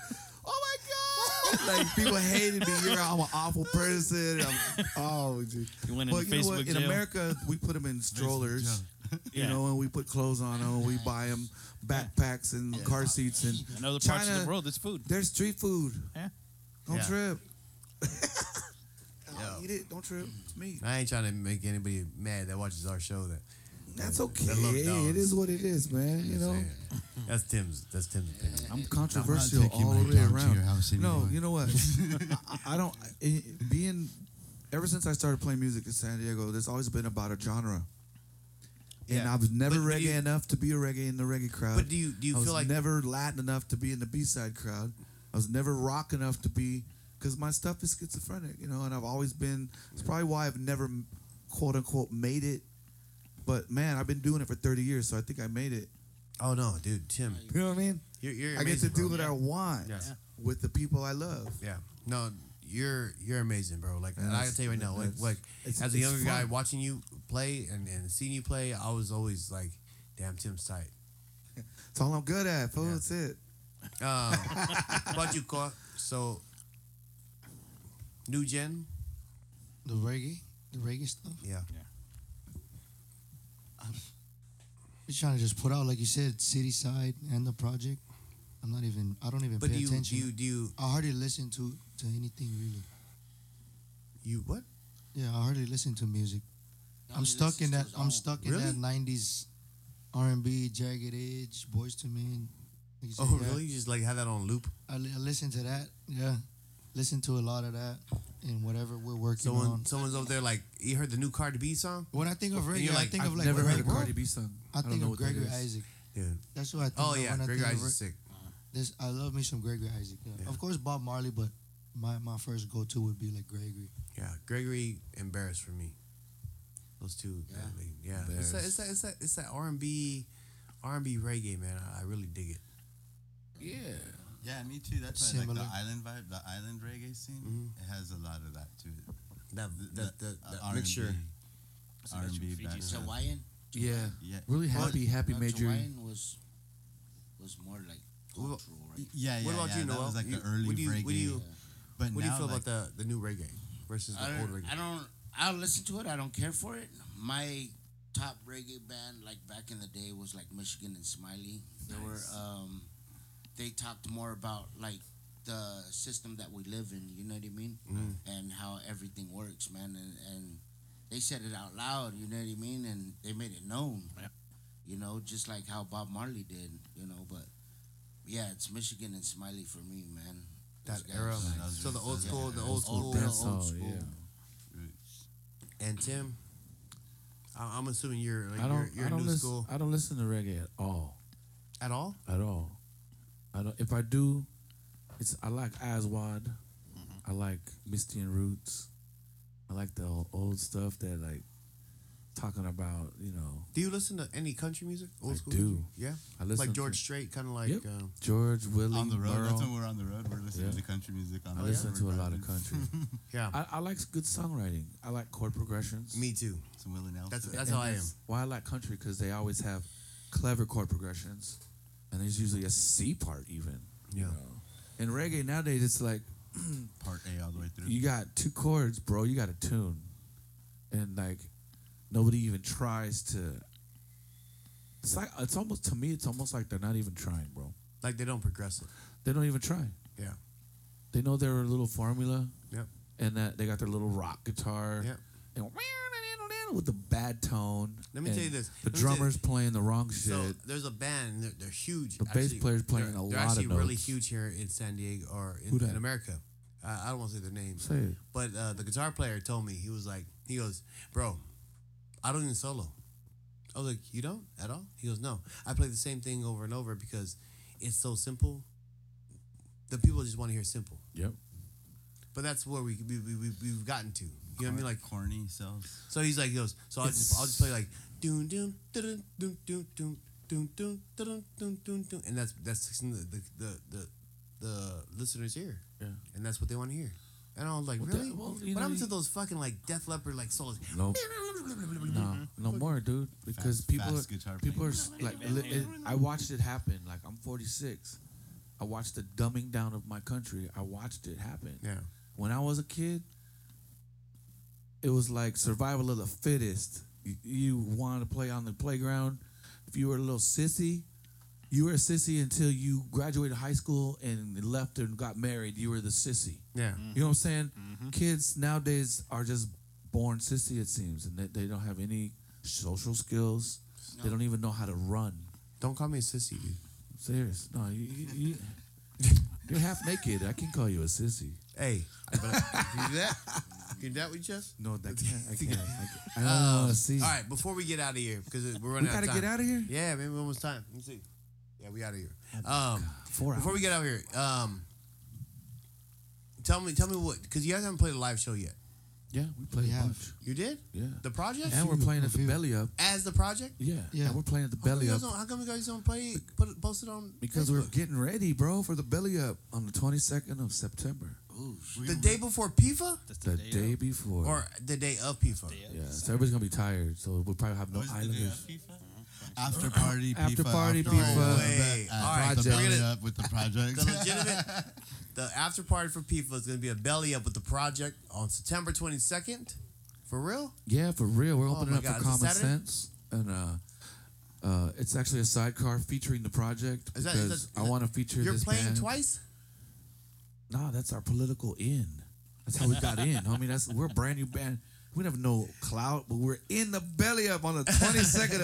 Oh my God! Like people hated me. You're I'm an awful person. I'm, oh, dude. You went But into you know Facebook what? In jail. America, we put them in strollers. You Yeah. know, and we put clothes on them. We buy them backpacks and car seats. And In other parts of China- the world, it's food. there's street food. Yeah. Don't Yeah. trip. Yo. Eat it. Don't trip. It's me. I ain't trying to make anybody mad that watches our show. That That's that okay. love dogs. It is what it is, man. You know, Hmm. that's Tim's. That's Tim's opinion. I'm I'll controversial take you all back the way down to your around. house No, anyway. you know what? I- I, I don't. i being ever since I started playing music in San Diego, there's always been about a genre. And Yeah. I was never But do reggae you- enough to be a reggae in the reggae crowd. But do you do you I was feel like never Latin enough to be in the B side crowd. I was never rock enough to be because my stuff is schizophrenic, you know. And I've always been. It's probably why I've never quote unquote made it. But man, I've been doing it for thirty years, so I think I made it. Oh no, dude, Tim, You know what I mean? you're, you're I get to amazing, do bro. what I want Yes. with the people I love. Yeah, no, you're you're amazing, bro. Like, and I That's- gotta tell you right now, like, that's- like it's- as a it's younger guy fun. watching you play and, and seeing you play, I was always like, damn, Tim's tight. That's all I'm good at. Fool, Yeah. That's it. Um, but you caught so new gen, The reggae, the reggae stuff. yeah. We're trying to just put out, like you said, city side and the project. I'm not even. I don't even But pay do you, do attention. you do you I hardly listen to to anything really. you what? Yeah, I hardly listen to music. he I'm stuck in listens to that. his I'm own. stuck in that Really? '90s R&B, Jagged Edge, Boys to Men. Like you said, Oh yeah. really? You just like have that on loop. I, li- I listen to that. Yeah, listen to a lot of that and whatever we're working Someone on. someone's over there like you heard the new Cardi B song? When I think of and reggae, you're I like, think "I've of like Never what heard a reggae- Cardi B song. I don't think know of what that Gregory is. Isaac. Yeah. That's what I think. Oh of yeah, when I Gregory think of Isaac re- is sick. This I love me some Gregory Isaac. yeah. Yeah. Of course, Bob Marley, but my, my first go to would be like Gregory. Yeah, Gregory embarrassed for me. Those two, yeah, yeah. It's that, it's that, it's that, it's that R and B, R and B reggae, man. I, I really dig it. Yeah. Yeah, me too. That's why I like Similar. the island vibe, the island reggae scene. Mm-hmm. It has a lot of that to it. That that, that, Uh, that R&B. mixture. So R that's and your B Fiji background. sound. Hawaiian. Yeah. Yeah. Really happy, happy No, major. Hawaiian was was more like What- cultural, right? Yeah, yeah. What about yeah. you, That Noel? was like You- the early what do you- reggae. what do you- but What do you now, feel like, about the the new reggae versus the I old don't, reggae? I don't. I'll listen to it. I don't care for it. My top reggae band, like back in the day, was like Michigan and Smiley. They were. Um, they talked more about like the system that we live in. You know what I mean? Mm. And how everything works, man. And, and they said it out loud. You know what I mean? And they made it known. Yep. You know, just like how Bob Marley did. You know, but yeah, it's Michigan and Smiley for me, man. that Those guys, era. like, those So the guys- old those school, the guys- old old school, dance the old hall, school. And Tim, I, I'm assuming you're like I don't. you're, you're I don't new listen. school I don't listen to reggae at all. at all. At all. I don't. If I do, it's I like Aswad. I like Misty and Roots. I like the old, old stuff that like talking about. You know, Do you listen to any country music? Old I school? do. music? Yeah. I listen like George to- Strait, kind of like. Yep. Um, George Willie on the road. That's Merle. when we're on the road. We're listening Oh, Yeah. to country music on I the listen road. to a We're lot of driving. country. yeah. I, I like good songwriting. I like chord progressions. me too. Some Willie Nelson. That's that's And how I am. Why I like country because they always have clever chord progressions, and there's usually a C part even. you Yeah. know. In reggae nowadays, it's like part A all the way through. you got two chords, bro. You got a tune, and like nobody even tries to. It's like it's almost to me. It's almost like they're not even trying, bro. Like they don't progress it. They don't even try. Yeah. They know their little formula, Yep. and that they got their little rock guitar. Yep. And with the bad tone. Let me tell and you this. The Let me tell you- drummer's playing the wrong shit. So there's a band. They're, they're huge. The bass player's playing they're, a they're lot of actually really notes. huge here in San Diego or in, Who dat? in America. I, I don't want to say their name, Say it. but uh, the guitar player told me he was like, he goes, bro, I don't even solo. I was like, you don't at all? He goes, no. I play the same thing over and over because it's so simple. The people just want to hear simple. Yep. But that's where we, we, we, we we've gotten to. You know what I mean? Like corny selves. so he's like, he goes, so I'll just, I'll just play like, doom, doom, doom, doom, doom, doom, doom, doom, doom, doom, doom, doom. And that's, that's the, the, the, the, the listeners hear. Yeah. And that's what they want to hear. And I was like, Well, really? that- well, you what know, happened you- to those fucking like Death Leopard like solos? No. No, no Mm-hmm. more, dude. Because Fast- people, fast guitar people are playing. s- like, li- it, I watched it happen. Like I'm 46. I watched the dumbing down of my country. I watched it happen. Yeah. When I was a kid, it was like survival of the fittest. You, you wanted to play on the playground. If you were a little sissy, you were a sissy until you graduated high school and left and got married. You were the sissy. Yeah. You know what I'm saying? Kids nowadays are just born sissy, it seems, and they, they don't have any social skills. They don't even know how to run. Don't call me a sissy, dude. Serious? No, you, you, you, you're half naked. I can call you a sissy. Hey. But, you do that? You do that with just? No, that can't. I can't. I, can't. I don't want to see. All right, before we get out of here, because we're We running out gotta of time. get out of here. Yeah, maybe almost time. Let me see. Yeah, we out of here. Um, Four before hours. we get out of here, um, tell me, tell me what, because you guys haven't played a live show yet. yeah, we played We a have. bunch. You did? Yeah. The project? and we're playing at the belly up. As the project? Yeah. Yeah. And we're playing at the How come belly you up guys don't- How come you guys don't play? Put it, post it on. because Facebook? we're getting ready, bro, for the belly up on the 22nd of September, the day before PIFA That's the, of- day before. or the day of PIFA. day of- Yeah, Oh, so everybody's gonna be tired, so we'll probably have no What is the day islanders. of FIFA? After party, FIFA. After party, after FIFA. all Way. that, uh, All right, the so we're belly gonna- up with the project. The legitimate, the after party for PIFA is going to be a belly up with the project on September 22nd. For real? Yeah, for real, we're Oh opening my up God, for is it common Saturday? sense, and uh, Uh, it's actually a sidecar featuring the project Is that- is because that- I want to feature You're this playing band. twice? Nah, that's our political in. That's how we got in, homie. That's we're a brand new band. We have no clout, but we're in the belly up on the 22nd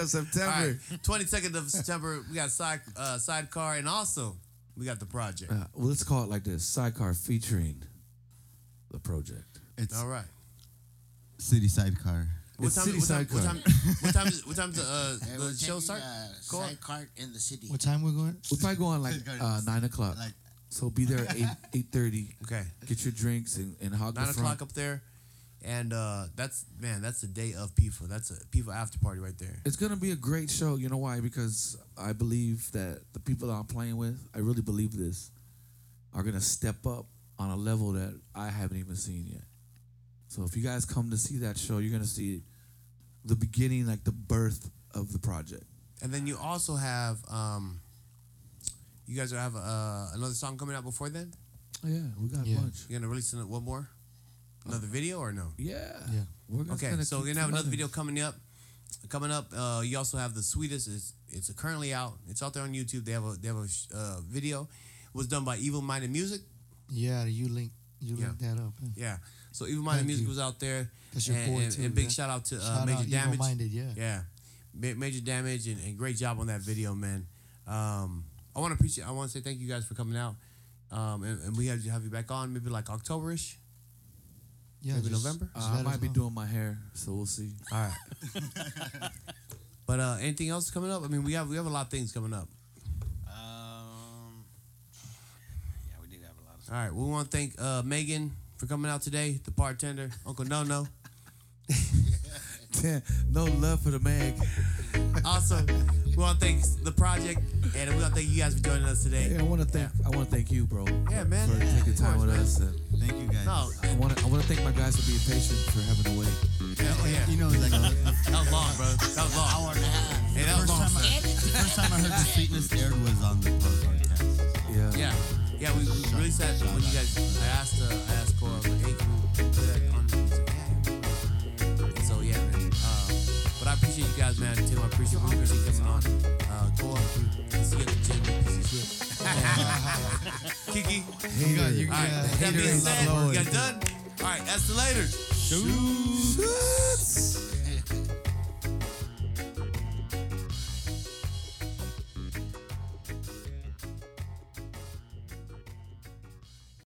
of September. All right. 22nd of September, we got side uh, sidecar, and also we got the project. Uh, well, let's call it like this: sidecar featuring the project. It's All right. City Sidecar. What It's time, City what time, what Sidecar. time, what time is, what time is uh, Hey, we're the show taking, start? Uh, Go on. sidecar in the city. What time we going? We'll probably go on like Sidecar uh, is- nine o'clock. Like So be there at eight eight thirty. Okay. Get your drinks and, and hog nine the o'clock front. up there, and uh, that's man, that's the day of FIFA. That's a FIFA after party right there. It's gonna be a great show. You know why? Because I believe that the people that I'm playing with, I really believe this, are gonna step up on a level that I haven't even seen yet. So if you guys come to see that show, you're gonna see the beginning, like the birth of the project. And then you also have um, you guys have uh, another song coming out before then. Oh, Yeah, we got Yeah. a bunch. You're gonna release an- one more, another video or no? Yeah, Yeah. We're just Okay, so Uh, keep we're gonna have another flooding. video coming up. Coming up, uh, you also have the sweetest. It's, it's currently out. It's out there on YouTube. They have a they have a sh- uh, video. It was done by Evil Minded Music. Yeah, you link you link that up. huh? Yeah. So Evil Minded Thank Music you. was out there. That's your and, boy and- too, and big yeah. shout out to uh, Shout Major out Damage. Evil-minded, yeah. Yeah, Ma- major damage and, and great job on that video, man. Um, I want to appreciate. I want to say thank you guys for coming out, um, and, and we have to have you back on maybe like Octoberish. Yeah, Maybe just- November? just Uh, I let us might be know. doing my hair, so we'll see. All right. but uh, anything else coming up? I mean, we have we have a lot of things coming up. Um, yeah, we do have a lot of stuff. All right. We want to thank uh, Megan for coming out today, the bartender, Uncle No No. no love for the mag. Also, we want to thank the project, and we want to thank you guys for joining us today. Hey, I want to thank I want to thank you, bro. Yeah, man. for Yeah, taking of time course, with man. us. And thank you guys. No, I want to I want to thank my guys for being patient for having to wait. hell yeah. You know, like the That was long, bro. That was long. Hey, that was first long. time, I, the first time I heard the sweetness aired was on the podcast. Yeah. Yeah, yeah, we, we really sat when you guys. I asked, uh, I asked Cora, like, hey, can we put that on? He's like, yeah. And so yeah, man. Uh, but I appreciate you guys, man. Tim, I appreciate you appreciate coming on. Uh, Cora, see you at the gym, you piece of shit. And, uh, Kiki, You got- you- all right. yeah. with that being Haters said, upload. you guys done. All right, that's the later. Shoots.